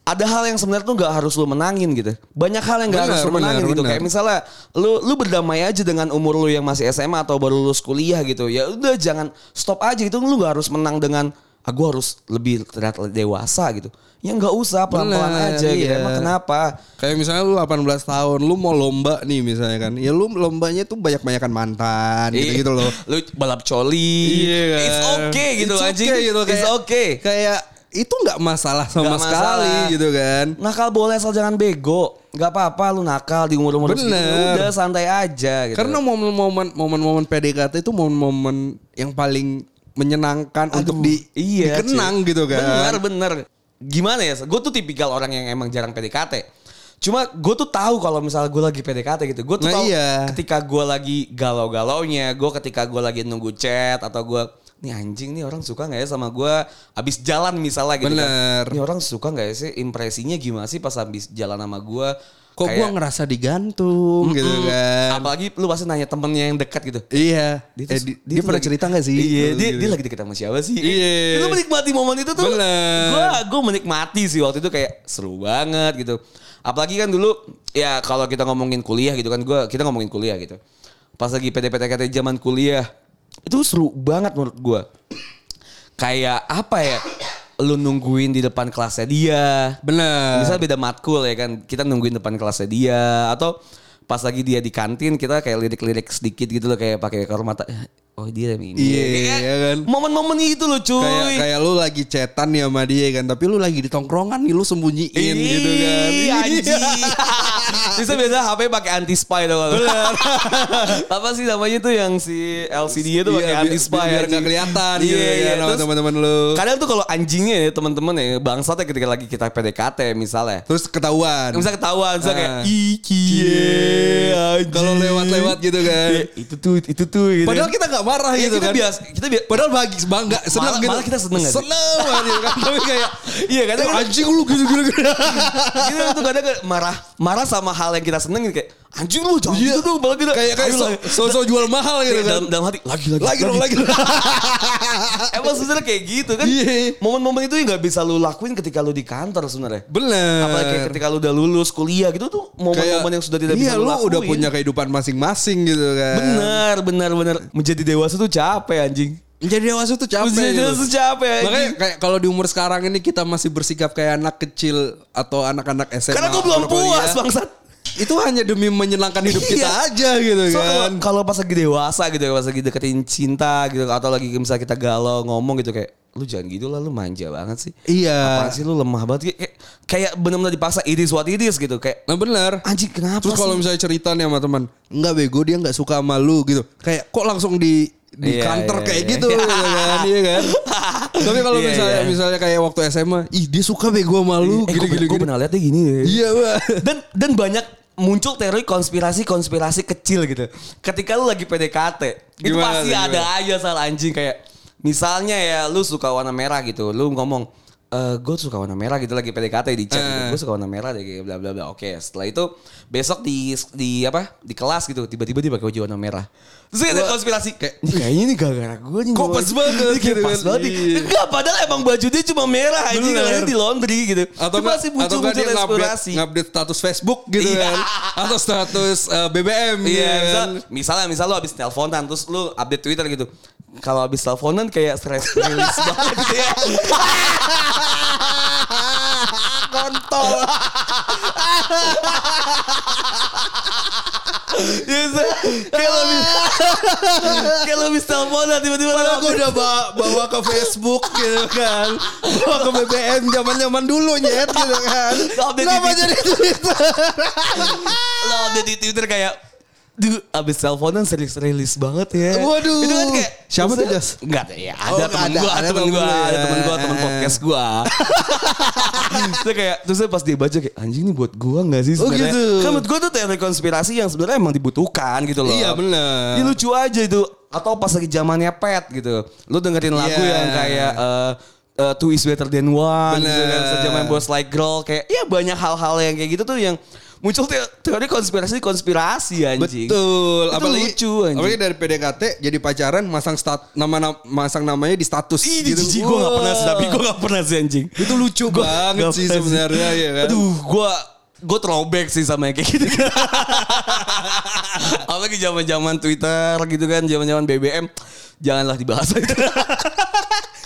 C: ada hal yang sebenarnya tuh nggak harus lu menangin gitu. Banyak hal yang nggak
B: Benar,
C: harus lu
B: benar,
C: menangin gitu.
B: benar.
C: Kayak misalnya lu lu berdamai aja dengan umur lu yang masih SMA atau baru lulus kuliah gitu. Ya udah jangan stop aja gitu. Lu nggak harus menang dengan ah gua harus lebih terlihat dewasa gitu. Ya nggak usah pelan-pelan
B: Benar,
C: aja gitu.
B: iya.
C: Emang kenapa?
B: Kayak misalnya lu 18 tahun, lu mau lomba nih misalnya kan. Ya lu lombanya tuh banyak-banyakan mantan
C: Iya.
B: gitu-gitu loh.
C: Lu balap coli.
B: Iya kan.
C: It's okay gitu
B: It's
C: anjing.
B: okay gitu,
C: It's
B: kayak-
C: okay.
B: Kayak itu nggak masalah sama
C: Nggak
B: sekali
C: masalah.
B: gitu kan.
C: Nakal boleh asal jangan bego. Gak apa-apa lu nakal di umur-umur segitu.
B: Bener.
C: Udah santai aja gitu.
B: Karena momen-momen momen-momen PDKT itu momen-momen yang paling menyenangkan untuk di
C: iya,
B: dikenang
C: cuy.
B: gitu kan.
C: Bener bener. Gimana ya? Gue tuh tipikal orang yang emang jarang PDKT. Cuma gue tuh tahu kalau misalnya gue lagi PDKT gitu. Gue tuh
B: Nah,
C: tahu
B: iya.
C: ketika gue lagi galau-galaunya. Gue ketika gue lagi nunggu chat atau gue nih anjing nih orang suka nggak ya sama gue abis jalan misalnya gitu
B: Bener.
C: kan. Nih orang suka nggak ya sih impresinya gimana sih pas abis jalan sama gue.
B: Kok gua ngerasa digantung gitu kan.
C: Apalagi lu pasti nanya temennya yang dekat gitu.
B: Iya.
C: Dia,
B: Dia,
C: tuh-
B: eh, di-
C: dia
B: dia
C: tuh
B: pernah
C: lagi-
B: cerita gak sih?
C: Iya,
B: Gitu,
C: dia,
B: gitu.
C: dia lagi deket sama siapa sih?
B: Iya.
C: Lu menikmati momen itu tuh.
B: Bener.
C: Gua gua menikmati sih waktu itu kayak seru banget gitu. Apalagi kan dulu ya kalau kita ngomongin kuliah gitu kan gua kita ngomongin kuliah gitu. Pas lagi PDPTKT zaman kuliah itu seru banget menurut gua. Kayak apa ya? Lu nungguin di depan kelasnya dia.
B: bener.
C: Misal beda matkul ya kan, kita nungguin depan kelasnya dia atau pas lagi dia di kantin kita kayak lirik-lirik sedikit gitu loh kayak pakai ekor mata. "Eh, Oh dia yang ini.
B: Iya,
C: Kayak
B: iya kan.
C: Momen-momen itu loh cuy.
B: Kayak kayak lu lagi cetan nih sama dia kan, tapi lu lagi di tongkrongan nih lu sembunyiin
C: Ih,
B: gitu kan.
C: anjing. Bisa biasa HP pakai anti spy dong. Apa sih namanya tuh yang si LCD itu pakai
B: Iya,
C: anti
B: bi-
C: spy
B: biar
C: anjing.
B: nggak kelihatan gitu
C: Iya,
B: kan
C: iya.
B: sama
C: Terus
B: teman-teman lu.
C: Kadang tuh kalau anjingnya ya teman-teman ya bangsatnya ketika lagi kita PDKT misalnya.
B: Terus ketahuan.
C: Bisa ketahuan, bisa
B: Ah.
C: kayak iki
B: Cie. Kalau lewat-lewat gitu kan.
C: Iya, itu tuh, itu tuh gitu.
B: Padahal kita nggak marah
C: Iya,
B: gitu
C: kita
B: kan.
C: biasa, kita biasa.
B: Padahal bagi bangga, seneng
C: Malah-
B: gitu.
C: malah kita seneng nggak sih?
B: Seneng banget gitu kan. Tapi kayak
C: Iya, kadang
B: "Eh, anjing lu gitu gitu. gitu."
C: kita tuh kadang kayak marah, marah sama hal yang kita seneng gitu, kayak anjing lu jangan gitu dong, malah kita
B: Iya. Kayak kayak
C: ayo
B: so,
C: lah.
B: so-so jual mahal gitu
C: Kayak
B: kan.
C: dalam, dalam hati lagi lagi
B: Lagi dong lagi. dong.
C: emang sebenarnya kayak gitu kan
B: Iya.
C: momen-momen itu yang nggak bisa lu lakuin ketika lu di kantor sebenarnya
B: Bener.
C: apalagi kayak ketika lu udah lulus kuliah gitu tuh momen-momen yang sudah tidak
B: Eh. iya,
C: bisa lu
B: lu
C: lakuin
B: udah punya kehidupan masing-masing gitu kan.
C: benar benar benar menjadi dewasa tuh capek anjing
B: Menjadi dewasa tuh capek.
C: Maksudnya
B: gitu.
C: dia tuh capek
B: Makanya
C: anjing.
B: kayak kalau di umur sekarang ini kita masih bersikap kayak anak kecil atau anak-anak SMA.
C: Karena gue belum
B: atau kuliah,
C: puas bangsat.
B: Itu hanya demi menyenangkan hidup kita
C: Iya.
B: aja gitu
C: So,
B: kan.
C: kalau- kalau pas lagi dewasa gitu, pas lagi deketin cinta gitu, atau lagi misalnya kita galau ngomong gitu kayak, lu jangan gitu lah, lu manja banget sih.
B: Iya.
C: Apaan sih lu lemah banget? Kayak, kayak- kayak benar-benar dipaksa iris what iris gitu, kayak
B: Nah bener.
C: anjing kenapa
B: Terus kalau
C: sih?
B: misalnya cerita nih sama teman, enggak bego dia nggak suka sama lu gitu. Kayak kok langsung di di
C: Iya,
B: kantor
C: iya,
B: kayak
C: iya.
B: gitu gitu kan, iya kan. Tapi kalau
C: Iya,
B: misalnya
C: iya.
B: misalnya kayak waktu SMA, ih dia suka bego sama lu
C: eh,
B: gini
C: gue,
B: gini.
C: gue
B: gini.
C: pernah lihat dia gini. ya.
B: Iya, Pak.
C: dan dan banyak muncul teori konspirasi-konspirasi kecil gitu. Ketika lu lagi PDKT, itu
B: Gimana
C: pasti
B: tuh,
C: ada aja salah anjing kayak misalnya ya lu suka warna merah gitu lu ngomong eh gue suka warna merah gitu lagi PDKT di chat
B: Eh.
C: gitu. gue suka warna merah deh kayak bla bla bla oke setelah itu besok di di apa di kelas gitu tiba-tiba dia pakai baju warna merah terus ada konspirasi kayak "Ih, kayaknya ini gara-gara gue nih
B: Kok pas banget
C: gitu
B: gitu
C: pas
B: kan.
C: banget nih."
B: Iya.
C: enggak padahal emang baju dia cuma merah aja
B: Bener.
C: katanya di laundry gitu
B: atau
C: Cuma
B: nggak-
C: sih
B: atau nggak
C: muncul-muncul
B: dia ngupdate,
C: inspirasi
B: ngupdate status Facebook gitu
C: Iya.
B: kan atau status eh, BBM gitu
C: Iya, misal,
B: kan.
C: misalnya misal lu abis teleponan terus lu update Twitter gitu. Kalau abis teleponan kayak stress release banget gitu ya. Kontol. Yes, Ya, kayak lu abis, kayak lu abis teleponan tiba-tiba lu
B: Padahal gue
C: update.
B: udah bawa, bawa ke Facebook gitu kan Bawa ke BBM zaman-zaman dulu nyet gitu kan
C: Update
B: Kenapa
C: di-
B: jadi Twitter
C: lu update di Twitter kayak Duh, abis teleponan serius rilis banget ya.
B: Waduh.
C: Itu kan kayak
B: Siapa tuh, Jas?
C: Enggak, ya
B: Oh,
C: ada temen
B: ada,
C: gue,
B: ada
C: ada temen
B: temen lu
C: gue,
B: ya.
C: ada temen gue, temen
B: Eh.
C: podcast gue. terus kayak, terus pas dia baca kayak anjing ini buat gue nggak sih
B: Oh,
C: sebenarnya?
B: gitu.
C: Kan menurut gue tuh teori konspirasi yang sebenarnya emang dibutuhkan gitu loh.
B: Iya, bener.
C: Ini lucu aja itu. Atau pas lagi zamannya pet gitu, lu dengerin lagu
B: Iya.
C: yang kayak eh, eh, two is better than one, gitu
B: Bener.
C: kan, sejaman bos like girl, kayak ya banyak hal-hal yang kayak gitu tuh yang muncul te- teori konspirasi konspirasi anjing.
B: Betul,
C: Itu
B: apalagi
C: lucu anjing.
B: Apalagi dari PDKT jadi pacaran masang stat nama, nama masang namanya di status gitu.
C: Ih, di jijik gue gak pernah sih, tapi gue gak pernah sih anjing.
B: itu lucu banget
C: Gak
B: sih
C: pernah
B: sebenarnya ya kan.
C: Aduh, gue gue throwback sih sama yang kayak gitu. Apalagi zaman-zaman Twitter gitu kan, zaman-zaman BBM, janganlah dibahas.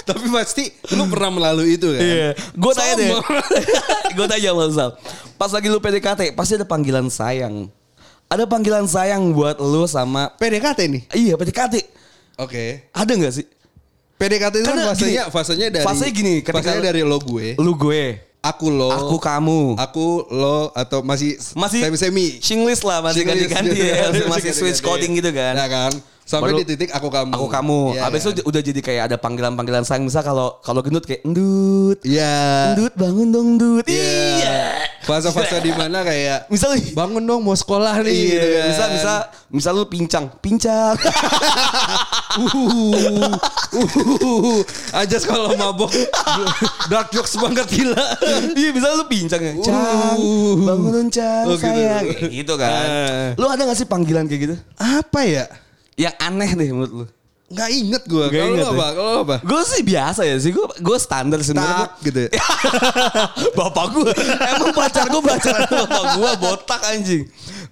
B: Tapi pasti lu pernah melalui itu kan.
C: Iya, gue tanya deh,
B: Sama.
C: gue tanya sama Sal. Pas lagi lu PDKT, pasti ada panggilan sayang. Ada panggilan sayang buat lu sama
B: PDKT nih.
C: iya PDKT.
B: Oke.
C: Ada nggak sih?
B: PDKT itu kan
C: Karena
B: fasenya
C: gini,
B: fasenya dari
C: fasenya gini, ketika-
B: fasenya dari lo gue,
C: Lu gue,
B: aku lo,
C: aku
B: Oh.
C: kamu.
B: aku lo atau masih
C: masih
B: semi-semi.
C: Shinglish lah masih
B: Singlis.
C: ganti-ganti ya, masih, masih switch
B: Ganti-ganti.
C: coding gitu kan.
B: Nah kan. Sampai
C: Baru-
B: di titik aku kamu.
C: Aku kamu.
B: Iya,
C: Habis
B: kan?
C: itu udah jadi kayak ada panggilan-panggilan sayang misal kalau kalau gendut kayak endut.
B: Iya.
C: Endut bangun dong, Dut.
B: Iya. Fase-fase di mana kayak
C: Misal
B: bangun dong mau sekolah nih
C: Iya,
B: gitu kan.
C: misal misal misal lu pincang, pincang.
B: Uh, uh, aja kalau mabok dark jokes banget gila.
C: Iya bisa lu pincang ya. Cang,
B: Uh.
C: bangunin Cang,
B: Oh, gitu.
C: sayang. Kayak gitu kan.
B: Eh.
C: Lu ada gak sih panggilan kayak gitu?
B: Apa ya?
C: Yang aneh deh menurut lu.
B: Nggak inget gue.
C: Nggak
B: Kalau lu
C: inget ya?
B: apa? Kalau lu apa?
C: Gue sih biasa ya sih, gue gue standar sebenarnya.
B: Tak gitu. ya.
C: bapak gue, emang pacar gue pacaran sama bapak gue botak anjing.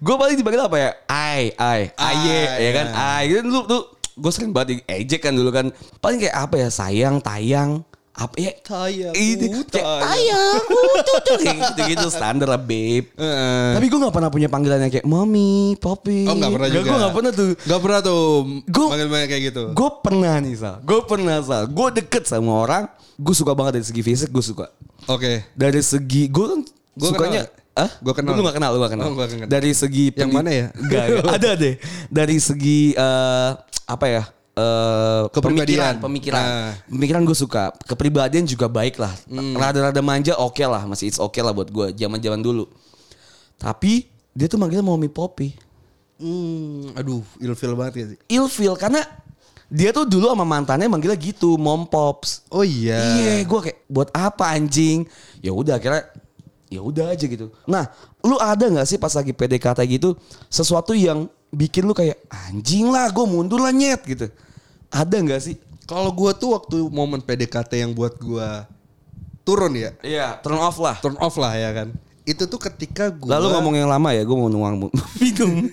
C: Gue paling dipanggil apa ya? Ai, ai, aye, ya kan? Ai, gitu lu tuh gue sering banget di- ejek kan dulu kan. Paling kayak apa ya? Sayang, tayang, apa ya?
B: Tayang,
C: Ini
B: uh,
C: kayak
B: tayang.
C: tayang, uh, tuh, tuh. Kayak gitu-gitu standar lah babe.
B: Heeh.
C: Tapi gue gak pernah punya panggilan yang kayak Mommy, Poppy.
B: Oh nggak pernah juga.
C: Gue gak pernah tuh.
B: Nggak pernah tuh.
C: Gua-
B: Manggil-manggil kayak gitu.
C: Gue pernah nih Sal. Gue pernah Sal. Gue deket sama orang. Gue suka banget dari segi fisik gue suka.
B: Oke.
C: Dari segi gue kan
B: Gua
C: sukanya.
B: kenal nggak?
C: Hah?
B: Gua kenal
C: Lu gak kenal, lu gak kenal.
B: Oh, gua kenal.
C: Dari segi
B: Yang
C: pendi-
B: mana ya?
C: Nggak, nggak. ada deh. Dari segi eh, apa ya? Eh,
B: Kepribadian.
C: pemikiran, pemikiran,
B: Nah. Hmm.
C: pemikiran gue suka, kepribadian juga baik lah, rada-rada manja oke lah, masih it's oke lah buat gue, zaman-zaman dulu. Tapi dia tuh manggilnya mommy poppy.
B: Hmm, aduh, ilfil banget ya sih.
C: ilfil karena dia tuh dulu sama mantannya manggilnya gitu mom pops
B: Oh iya.
C: iya gue kayak buat apa anjing ya udah akhirnya ya udah aja gitu nah lu ada nggak sih pas lagi PDKT gitu sesuatu yang bikin lu kayak anjing lah gue mundur lah nyet gitu ada nggak sih
B: Kalau gue tuh waktu momen PDKT yang buat gue turun ya,
C: Iya, turn off lah.
B: turn off lah ya kan. Itu tuh ketika gue
C: Lalu ngomong yang lama ya, gue mau nuang minum.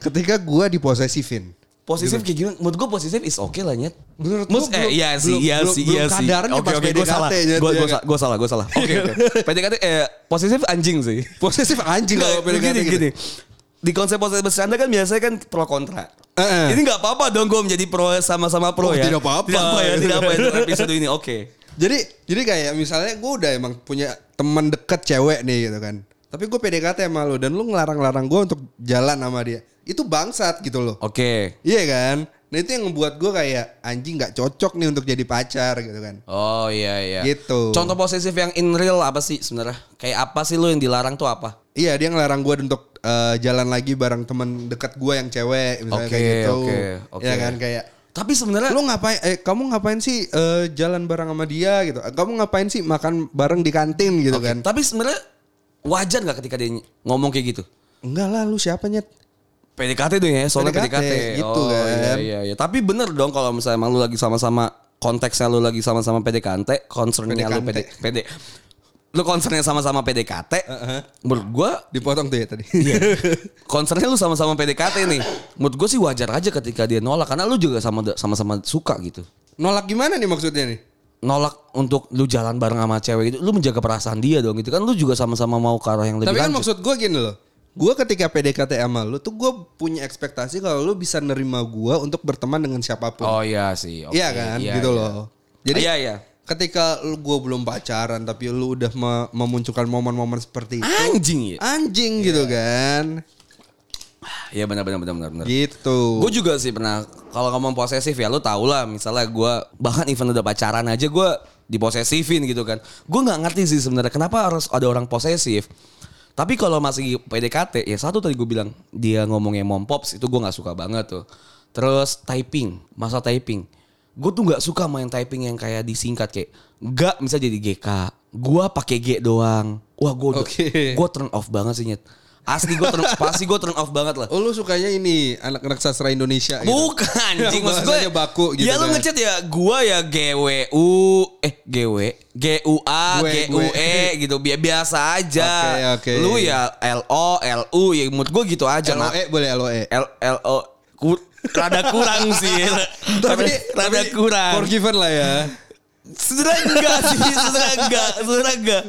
B: ketika gue diposesifin.
C: Positif kayak gimana? Menurut gue positif is oke lah nyet.
B: Gitu. Menurut
C: Mas,
B: gua
C: eh,
B: belum-
C: iya sih,
B: belum-
C: iya
B: belum-
C: sih,
B: belum
C: iya sih.
B: kadarnya
C: Oke,
B: pas
C: oke, gue
B: PDKT
C: salah,
B: aja,
C: gue
B: iya
C: gue
B: kan?
C: salah, gue salah, gue salah. Oke, oke. PDKT eh, positif anjing sih.
B: Posesif anjing kalau
C: Nggak,
B: PDKT
C: gini,
B: gitu.
C: gini. Di konsep positif bercanda kan biasanya kan pro kontra.
B: Eh, eh.
C: Ini nggak apa-apa dong gue menjadi pro sama-sama
B: Oh,
C: pro ya.
B: tidak apa-apa.
C: Tidak apa ya, tidak apa ya dalam episode ini. Oke.
B: Jadi jadi kayak misalnya gue udah emang punya teman deket cewek nih gitu kan. Tapi gue PDKT sama lo dan lu ngelarang-larang gue untuk jalan sama dia. Itu bangsat gitu loh.
C: Oke.
B: Iya kan? Nah itu yang ngebuat gue kayak anjing nggak cocok nih untuk jadi pacar gitu kan.
C: Oh iya iya.
B: Gitu.
C: Contoh positif yang in real apa sih sebenarnya? Kayak apa sih lu yang dilarang tuh apa?
B: Iya dia ngelarang gue untuk eh, jalan lagi bareng temen deket gue yang cewek misalnya
C: Oke,
B: kayak gitu.
C: oke, Nah. oke.
B: Iya kan kayak
C: Tapi sebenarnya
B: Lu ngapain eh kamu ngapain sih eh, jalan bareng sama dia gitu. Kamu ngapain sih makan bareng di kantin gitu kan?
C: tapi sebenarnya wajar nggak ketika dia ny- ngomong kayak gitu?
B: Enggak lah lu siapanya?
C: PDKT tuh ya, soalnya
B: PDKT,
C: PDKT.
B: gitu
C: oh,
B: kan.
C: Iya, iya, iya. Tapi bener dong kalau misalnya emang lu lagi sama-sama konteksnya lu lagi sama-sama PDKT, concernnya lu PD,
B: PDKT.
C: PD, lu concernnya sama-sama PDKT,
B: Uh-huh.
C: menurut gua
B: Dipotong tuh ya tadi.
C: Iya. concernnya lu sama-sama PDKT nih. Menurut gua sih wajar aja ketika dia nolak karena lu juga sama sama-sama suka gitu.
B: Nolak gimana nih maksudnya nih?
C: Nolak untuk lu jalan bareng sama cewek gitu, lu menjaga perasaan dia dong gitu kan lu juga sama-sama mau ke arah yang lebih
B: Tapi kan
C: lanjut.
B: maksud gue gini loh. Gue ketika PDKT sama lu tuh gue punya ekspektasi kalau lu bisa nerima gue untuk berteman dengan siapapun.
C: Oh iya sih. oke.
B: Iya kan? gitu
C: iya.
B: loh. Jadi
C: iya iya.
B: ketika lu gue belum pacaran tapi lu udah me- memunculkan momen-momen seperti itu.
C: Anjing ya.
B: Anjing gitu kan.
C: Iya benar benar benar benar. benar.
B: Gitu.
C: Gue juga sih pernah kalau ngomong posesif ya lu tau lah misalnya gue bahkan even udah pacaran aja gue diposesifin gitu kan. Gue nggak ngerti sih sebenarnya kenapa harus ada orang posesif. Tapi kalau masih PDKT ya satu tadi gue bilang dia ngomongnya mom pops itu gue nggak suka banget tuh. Terus typing masa typing. Gue tuh nggak suka main typing yang kayak disingkat kayak nggak bisa jadi GK. Gue pakai G doang. Wah gue
B: Oke.
C: gue turn off banget sih nyet. Asli gue turn, pasti gue turn off banget lah.
B: Oh lu sukanya ini anak-anak sastra Indonesia gitu.
C: Bukan anjing maksud gue.
B: Bahasanya baku gitu
C: Ya lu
B: kan.
C: ngechat ya gua ya GWU eh GW GUA
B: Gue,
C: GUE gitu bi- biasa aja.
B: E. Oke, oke.
C: Lu ya LO LU ya menurut gua gitu aja. Nah,
B: LOE E boleh LOE.
C: L LO ku- rada kurang sih. tapi rada
B: tapi
C: kurang.
B: Forgiven lah ya.
C: Sebenernya enggak sih Sebenernya enggak Sebenernya enggak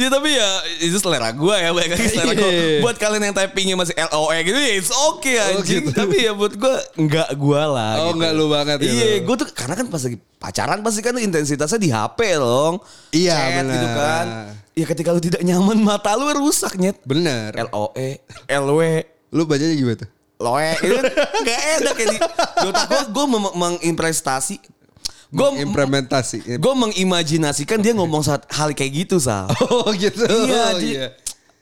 C: Ya tapi ya Itu selera gue ya Banyak lagi selera gue
B: Iya.
C: Buat kalian yang typingnya masih LOE gitu Ya it's okay
B: Oh,
C: anjing
B: gitu.
C: Tapi ya buat gue Enggak gue lah
B: Oh, enggak lu banget gitu.
C: Iya gue tuh Karena kan pas lagi pacaran Pasti kan intensitasnya di HP dong
B: Iya,
C: Chat gitu
B: benar.
C: kan Ya ketika lu tidak nyaman Mata lu rusak nyet E.
B: Bener.
C: LOE LW
B: Lu bacanya gimana tuh?
C: Loe Itu kan Gak enak ya di, di otak gue Gue mengimprestasi Gue
B: Implementasi.
C: Gue mengimajinasikan dia ngomong saat hal kayak gitu, Sal.
B: Oh gitu.
C: Iya,
B: Oh,
C: jadi-
B: iya.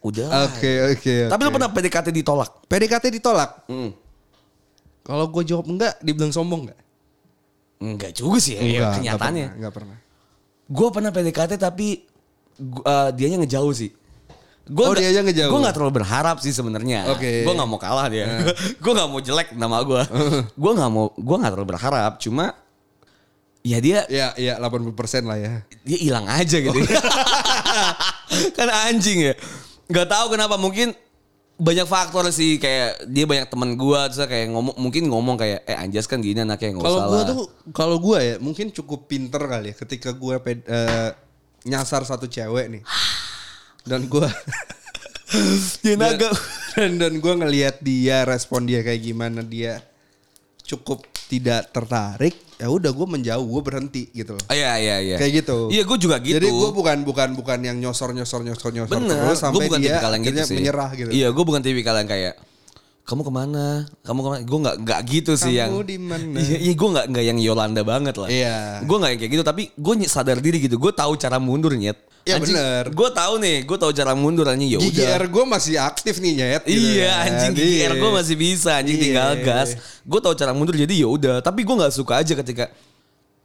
C: Udah. lah.
B: Oke oke.
C: Tapi lu
B: oke.
C: pernah Hmm. PDKT ditolak?
B: PDKT ditolak. Kalau gue jawab enggak, dibilang sombong enggak?
C: Enggak juga sih ya,
B: Enggak,
C: kenyataannya.
B: Enggak pernah. enggak
C: Gue pernah PDKT tapi gua, eh, dianya ngejauh sih.
B: Oh, dianya ngejauh.
C: Gue gak terlalu berharap sih sebenarnya.
B: Oke. Eh.
C: Gue gak mau kalah dia. gue gak mau jelek nama gue. gue gak mau, gue gak terlalu berharap. Cuma ya dia
B: pernah. Ya, ya 80% lah ya.
C: dia hilang aja gitu.
B: Oh.
C: kan anjing ya. Gak tahu kenapa mungkin banyak faktor sih kayak dia banyak teman gua terus kayak ngomong mungkin ngomong kayak eh Anjas kan gini anaknya nggak
B: Kalau
C: usah
B: gue
C: lah.
B: tuh, kalau gue ya mungkin cukup pinter kali ya ketika gue ped- eh, nyasar satu cewek nih. Dan gue
C: Dia
B: dan, dan, gue ngelihat dia respon dia kayak gimana dia cukup tidak tertarik ya udah gue menjauh gue berhenti gitu loh
C: Ah, Iya iya iya.
B: kayak gitu
C: Iya gua juga gitu.
B: jadi gue bukan bukan bukan yang nyosor nyosor nyosor nyosor
C: bener.
B: terus
C: Gue
B: sampai
C: bukan
B: dia
C: tipikal yang gitu
B: akhirnya
C: sih.
B: menyerah gitu
C: Iya gua bukan tipikal yang kayak kamu kemana? Kamu kemana? Gue nggak nggak gitu sih
B: Kamu
C: yang.
B: di mana?
C: Iya, iya gue nggak nggak yang Yolanda banget lah.
B: Iya.
C: Gue nggak yang kayak gitu, tapi gue sadar diri gitu. Gue tahu cara mundur nyet.
B: Iya, bener.
C: Gue tahu nih, gue tahu cara mundur anjing ya udah.
B: GGR gue masih aktif nih nyet gitu
C: Iya
B: kan.
C: anjing
B: Iya.
C: GGR gue masih bisa anjing
B: Iya.
C: tinggal gas. Gue tahu cara mundur jadi ya udah. Tapi gue nggak suka aja ketika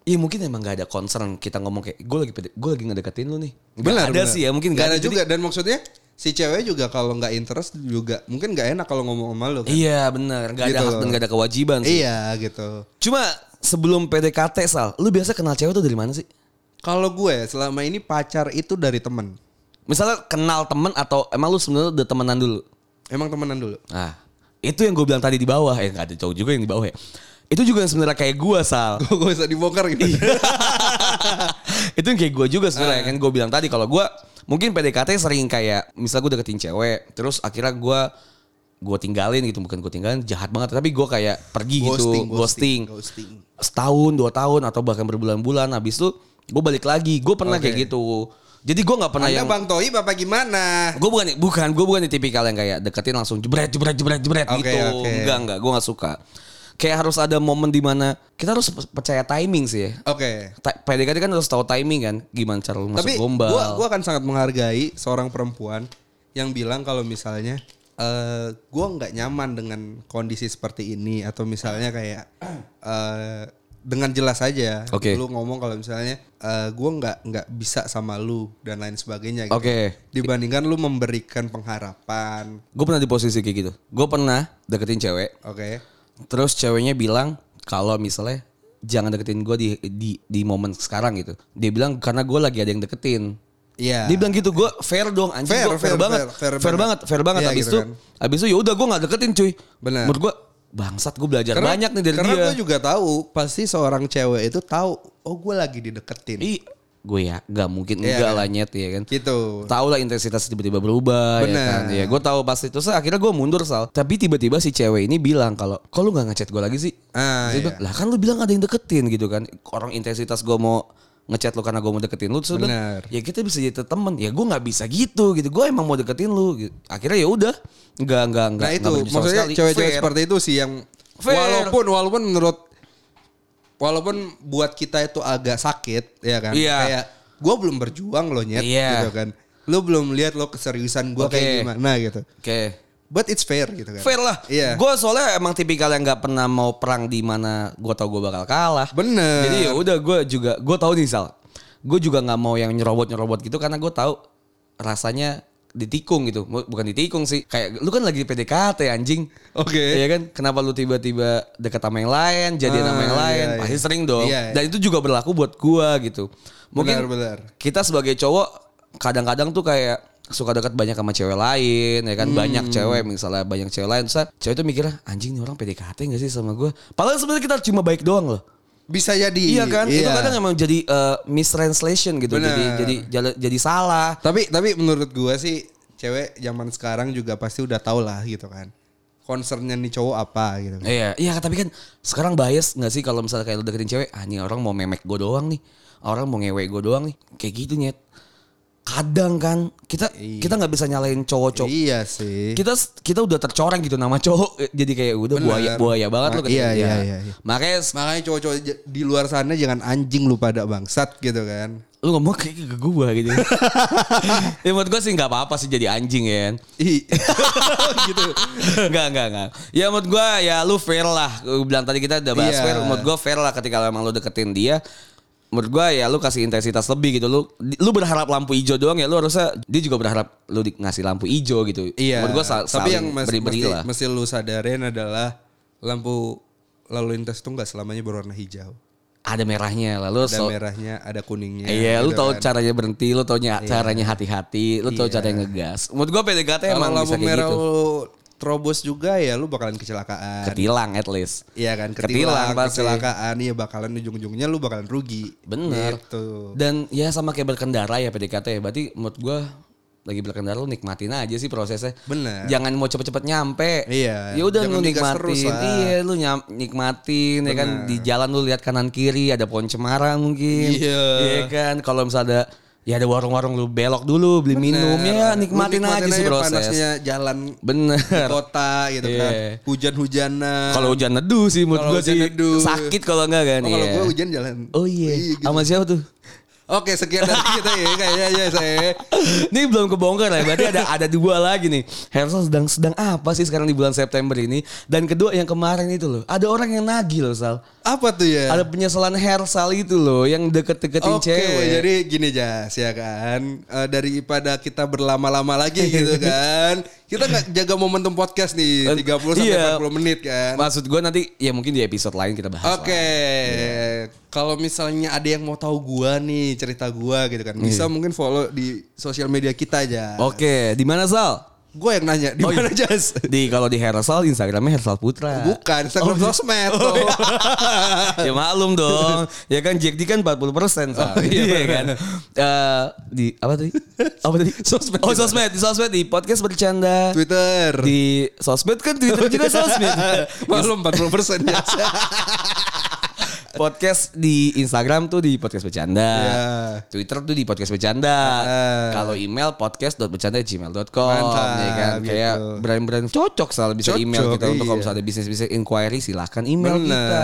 C: Iya mungkin emang gak ada concern kita ngomong kayak gue lagi pede- gue lagi ngedeketin lu nih. Nggak
B: benar
C: ada
B: benar.
C: sih ya mungkin
B: Nggak
C: gak
B: ada juga dan maksudnya si cewek juga kalau nggak interest juga mungkin nggak enak kalau ngomong sama lo kan
C: Iya benar gak ada
B: Gitu
C: hak dan
B: loh.
C: gak ada kewajiban sih.
B: iya gitu
C: Cuma sebelum PDKT Sal, lu biasa kenal cewek tuh dari mana sih?
B: kalau gue selama ini pacar itu dari temen
C: Misalnya kenal temen atau emang lu sebenarnya udah temenan dulu?
B: Emang temenan dulu.
C: Nah, itu yang gue bilang tadi di bawah. Eh, gak ada cowok juga yang di bawah ya. Itu juga yang sebenarnya kayak gue, Sal.
B: gue bisa dibongkar gitu.
C: Iya, itu yang kayak gue juga
B: Ah.
C: sebenarnya kan gue bilang tadi kalau gue mungkin PDKT sering kayak misal gue deketin cewek terus akhirnya gue gue tinggalin gitu bukan gue tinggalin jahat banget tapi gue kayak pergi
B: Ghosting,
C: gitu ghosting,
B: ghosting.
C: setahun dua tahun atau bahkan berbulan-bulan habis itu gue balik lagi gue pernah
B: Oke.
C: kayak gitu jadi gue nggak pernah
B: Anda
C: yang
B: Bang Toi bapak gimana?
C: gue bukan bukan gue bukan di tipikal yang kayak deketin langsung jebret jebret jebret jebret
B: Oke,
C: gitu
B: oke.
C: enggak enggak gue nggak suka kayak harus ada momen dimana kita harus percaya timing sih ya
B: Oke.
C: Ta- PDKT kan harus tahu timing kan gimana cara lu masuk
B: Tapi
C: gombal.
B: gue gua akan sangat menghargai seorang perempuan yang bilang kalau misalnya eh gue nggak nyaman dengan kondisi seperti ini atau misalnya kayak eh dengan jelas aja
C: Oke.
B: lu ngomong kalau misalnya eh gue nggak nggak bisa sama lu dan lain sebagainya gitu.
C: Oke.
B: dibandingkan lu memberikan pengharapan
C: Gue pernah di posisi kayak gitu. Gue pernah deketin cewek.
B: oke
C: Terus ceweknya bilang kalau misalnya jangan deketin gue di di di momen sekarang gitu. Dia bilang karena gue lagi ada yang deketin.
B: iya
C: Dia bilang gitu, gue fair dong anjing
B: Fair,
C: gua fair,
B: fair,
C: banget.
B: fair,
C: Fair,
B: fair
C: banget,
B: banget.
C: fair banget
B: Iya,
C: abis
B: gitu
C: itu.
B: kan.
C: Abis itu ya udah gue gak deketin cuy.
B: Benar.
C: Menurut gue bangsat gue belajar banyak nih dari
B: karena
C: dia.
B: gue juga tahu pasti seorang cewek itu tahu oh gue lagi dideketin
C: Ih, gue ya gak mungkin
B: Iya.
C: enggak lah nyet ya kan.
B: gitu
C: Tahu lah intensitas tiba-tiba berubah ya
B: Benar.
C: kan. Ya, gue tahu pasti terus akhirnya gue mundur sal. Tapi tiba-tiba si cewek ini bilang kalau kok lu gak ngechat gue lagi sih?
B: Ah,
C: Terus gua,
B: iya.
C: lah kan lu bilang ada yang deketin gitu kan. Orang intensitas gue mau ngechat lu karena gue mau deketin lu terus udah
B: Benar.
C: ya kita bisa jadi temen ya gue nggak bisa gitu gitu gue emang mau deketin lu gitu. akhirnya ya udah nggak nggak nggak
B: Nah
C: nggak
B: itu
C: menyesal
B: maksudnya
C: sekali.
B: cewek-cewek
C: Fair.
B: seperti itu sih yang
C: Fair.
B: walaupun walaupun menurut walaupun buat kita itu agak sakit ya kan
C: Iya.
B: kayak gue belum berjuang loh nyet
C: Iya.
B: gitu kan lu belum lihat lo keseriusan gue kayak
C: Oke.
B: gimana gitu
C: oke
B: but it's fair gitu kan
C: fair lah
B: iya
C: gue soalnya emang tipikal yang nggak pernah mau perang di mana gue tau gue bakal kalah
B: bener
C: Jadi ya udah gue juga gue tahu nih sal, gue juga nggak mau yang nyerobot nyerobot gitu karena gue tahu rasanya ditikung gitu, Bu- bukan ditikung sih. Kayak lu kan lagi PDKT anjing.
B: Oke.
C: Iya kan? Kenapa lu tiba-tiba deket sama yang lain, jadi sama
B: Ah,
C: yang lain?
B: iya,
C: Pasti
B: iya.
C: sering dong.
B: Iya, iya.
C: Dan itu juga berlaku buat gua gitu. Mungkin
B: Benar, benar.
C: kita sebagai cowok kadang-kadang tuh kayak suka deket banyak sama cewek lain ya kan banyak cewek misalnya banyak cewek lain terus cewek itu mikirnya anjing nih orang PDKT gak sih sama gue padahal sebenarnya kita cuma baik doang loh
B: bisa jadi
C: Iya kan? Itu kadang emang jadi eh, mistranslation gitu.
B: Benar.
C: Jadi jadi jala- jadi salah.
B: tapi tapi menurut gue sih cewek zaman sekarang juga pasti udah tau lah gitu kan concernnya nih cowok apa gitu kan
C: Iya, iya tapi kan sekarang bias nggak sih kalau misalnya kayak lu deketin cewek, ah nih orang mau memek gue doang nih. Orang mau ngewe gue doang nih. Kayak gitu nyet. Kadang kan kita kita nggak bisa nyalain cowok-cowok.
B: iya sih
C: Kita kita udah tercoreng gitu nama cowok. Jadi kayak udah
B: Benar.
C: buaya buaya banget lu
B: Ma- iya,
C: dia.
B: iya, iya, iya.
C: Makanya
B: Makanya cowok-cowok j- di luar sana jangan anjing lu pada bangsat gitu kan.
C: lu ngomong kayak ke gua gitu. ya menurut gua sih nggak apa-apa sih jadi anjing ya. kan.
B: Ih,
C: gitu. Enggak, enggak, enggak. Ya menurut gua ya lu fair lah. Gua bilang tadi kita udah bahas
B: Iya.
C: fair. Menurut gua fair lah ketika emang lu deketin dia. Menurut gua ya lu kasih intensitas lebih gitu. Lu lu berharap lampu hijau doang ya. Lu harusnya dia juga berharap lu di- ngasih lampu hijau gitu.
B: iya.
C: Menurut gua sa-
B: Tapi yang mas-
C: beri beri
B: mesti,
C: lah.
B: mesti lu sadarin adalah lampu lalu lintas itu nggak selamanya berwarna hijau.
C: Ada merahnya lah. Lu
B: Ada
C: so-
B: merahnya, ada kuningnya.
C: Iya, lu
B: gitu
C: tahu
B: kan. Iya.
C: caranya berhenti, lu tahu caranya hati-hati, lu tahu caranya ngegas. Menurut gua PDKT
B: Kalau
C: emang
B: lampu
C: bisa kayak
B: merah
C: gitu.
B: lu terobos juga ya lu bakalan kecelakaan.
C: Ketilang at least.
B: Iya kan,
C: Ketilang
B: ketilang,
C: pasti.
B: kecelakaan, iya bakalan ujung-ujungnya lu bakalan rugi.
C: Bener.
B: Gitu.
C: Dan ya sama kayak berkendara ya PDKT ya. Berarti menurut gue lagi berkendara lu nikmatin aja sih prosesnya.
B: Bener.
C: Jangan mau cepet-cepet nyampe.
B: Iya.
C: Ya udah
B: Jangan
C: lu
B: digas terus
C: nikmatin.
B: lah.
C: Iya, lu nyam, nikmatin ya kan di jalan lu lihat kanan kiri ada pohon cemara mungkin.
B: Iya.
C: Iya kan kalau misalnya ada ya ada warung-warung lu belok dulu beli minum ya
B: Bener.
C: nikmatin,
B: Lu
C: aja sih proses.
B: Panasnya jalan di
C: Bener.
B: kota gitu kan.
C: Iya.
B: Hujan-hujanan.
C: Kalau hujan nedu sih menurut
B: Kalau
C: gue
B: hujan
C: sih
B: nedu.
C: sakit kalau enggak kan.
B: Oh, kalau
C: iya.
B: gue hujan jalan.
C: Oh iya.
B: gitu.
C: Sama siapa tuh?
B: Oke, sekian dari kita ya kayaknya ya saya.
C: ini belum kebongkar ya. Berarti ada ada dua lagi nih. Hersal sedang sedang apa sih sekarang di bulan September ini? Dan kedua yang kemarin itu loh. Ada orang yang nagih loh Sal.
B: Apa tuh ya?
C: Ada penyesalan Hersal itu loh yang deket-deketin
B: Oke, iya.
C: cewek.
B: jadi gini Jas ya kan. Eh, daripada kita berlama-lama lagi gitu kan. Kita nggak jaga momentum podcast nih 30 sampai
C: Iya.
B: 40 menit kan.
C: Maksud gue nanti ya mungkin di episode lain kita bahas.
B: Oke, kalau misalnya ada yang mau tahu gua nih cerita gua gitu kan, bisa mungkin follow di sosial media kita aja.
C: lah. Iya. Oke, di mana Sal?
B: Gue yang nanya Oh. di
C: Oh,
B: mana
C: iya.
B: Jas?
C: Di kalau di Hersal Instagramnya Hersal
B: Eh,
C: Putra. Oh,
B: Bukan Instagram sosmed. dong.
C: ya maklum dong. Ya kan Jack D kan 40 persen.
B: Oh, iya,
C: kan. Eh, di apa tadi? Apa tadi? sosmed. Oh sosmed. Di sosmed. Di podcast bercanda.
B: Twitter.
C: Di sosmed kan Twitter juga sosmed.
B: Maklum 40 persen ya.
C: podcast di Instagram tuh di podcast bercanda.
B: Iya.
C: Twitter tuh di podcast bercanda.
B: Heeh.
C: Kalau email podcast.bercanda@gmail.com
B: Mantap,
C: ya kan. Kayak
B: gitu.
C: brand-brand cocok salah bisa
B: Cocok,
C: email kita untuk kalau
B: iya.
C: misalnya ada bisnis-bisnis inquiry silahkan email
B: Bener.
C: kita.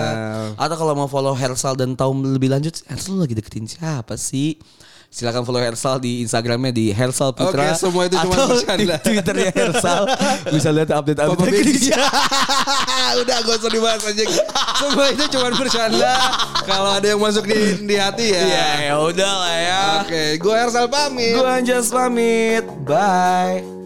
C: Atau kalau mau follow Hersal dan tahu lebih lanjut, Hersal lagi deketin siapa sih? Silakan follow Hersal di Instagramnya di Hersal
B: Oke,
C: Putra.
B: semua itu cuma
C: atau
B: bercanda.
C: di Twitternya Hersal. Bisa lihat
B: Papa
C: update-update.
B: Benny. Udah gak usah dibahas aja. Semua itu cuma bercanda. Kalau ada yang masuk di, di hati ya.
C: Ya, ya udah lah ya.
B: Oke, gue Ersal pamit.
C: Gue Anjas pamit. Bye.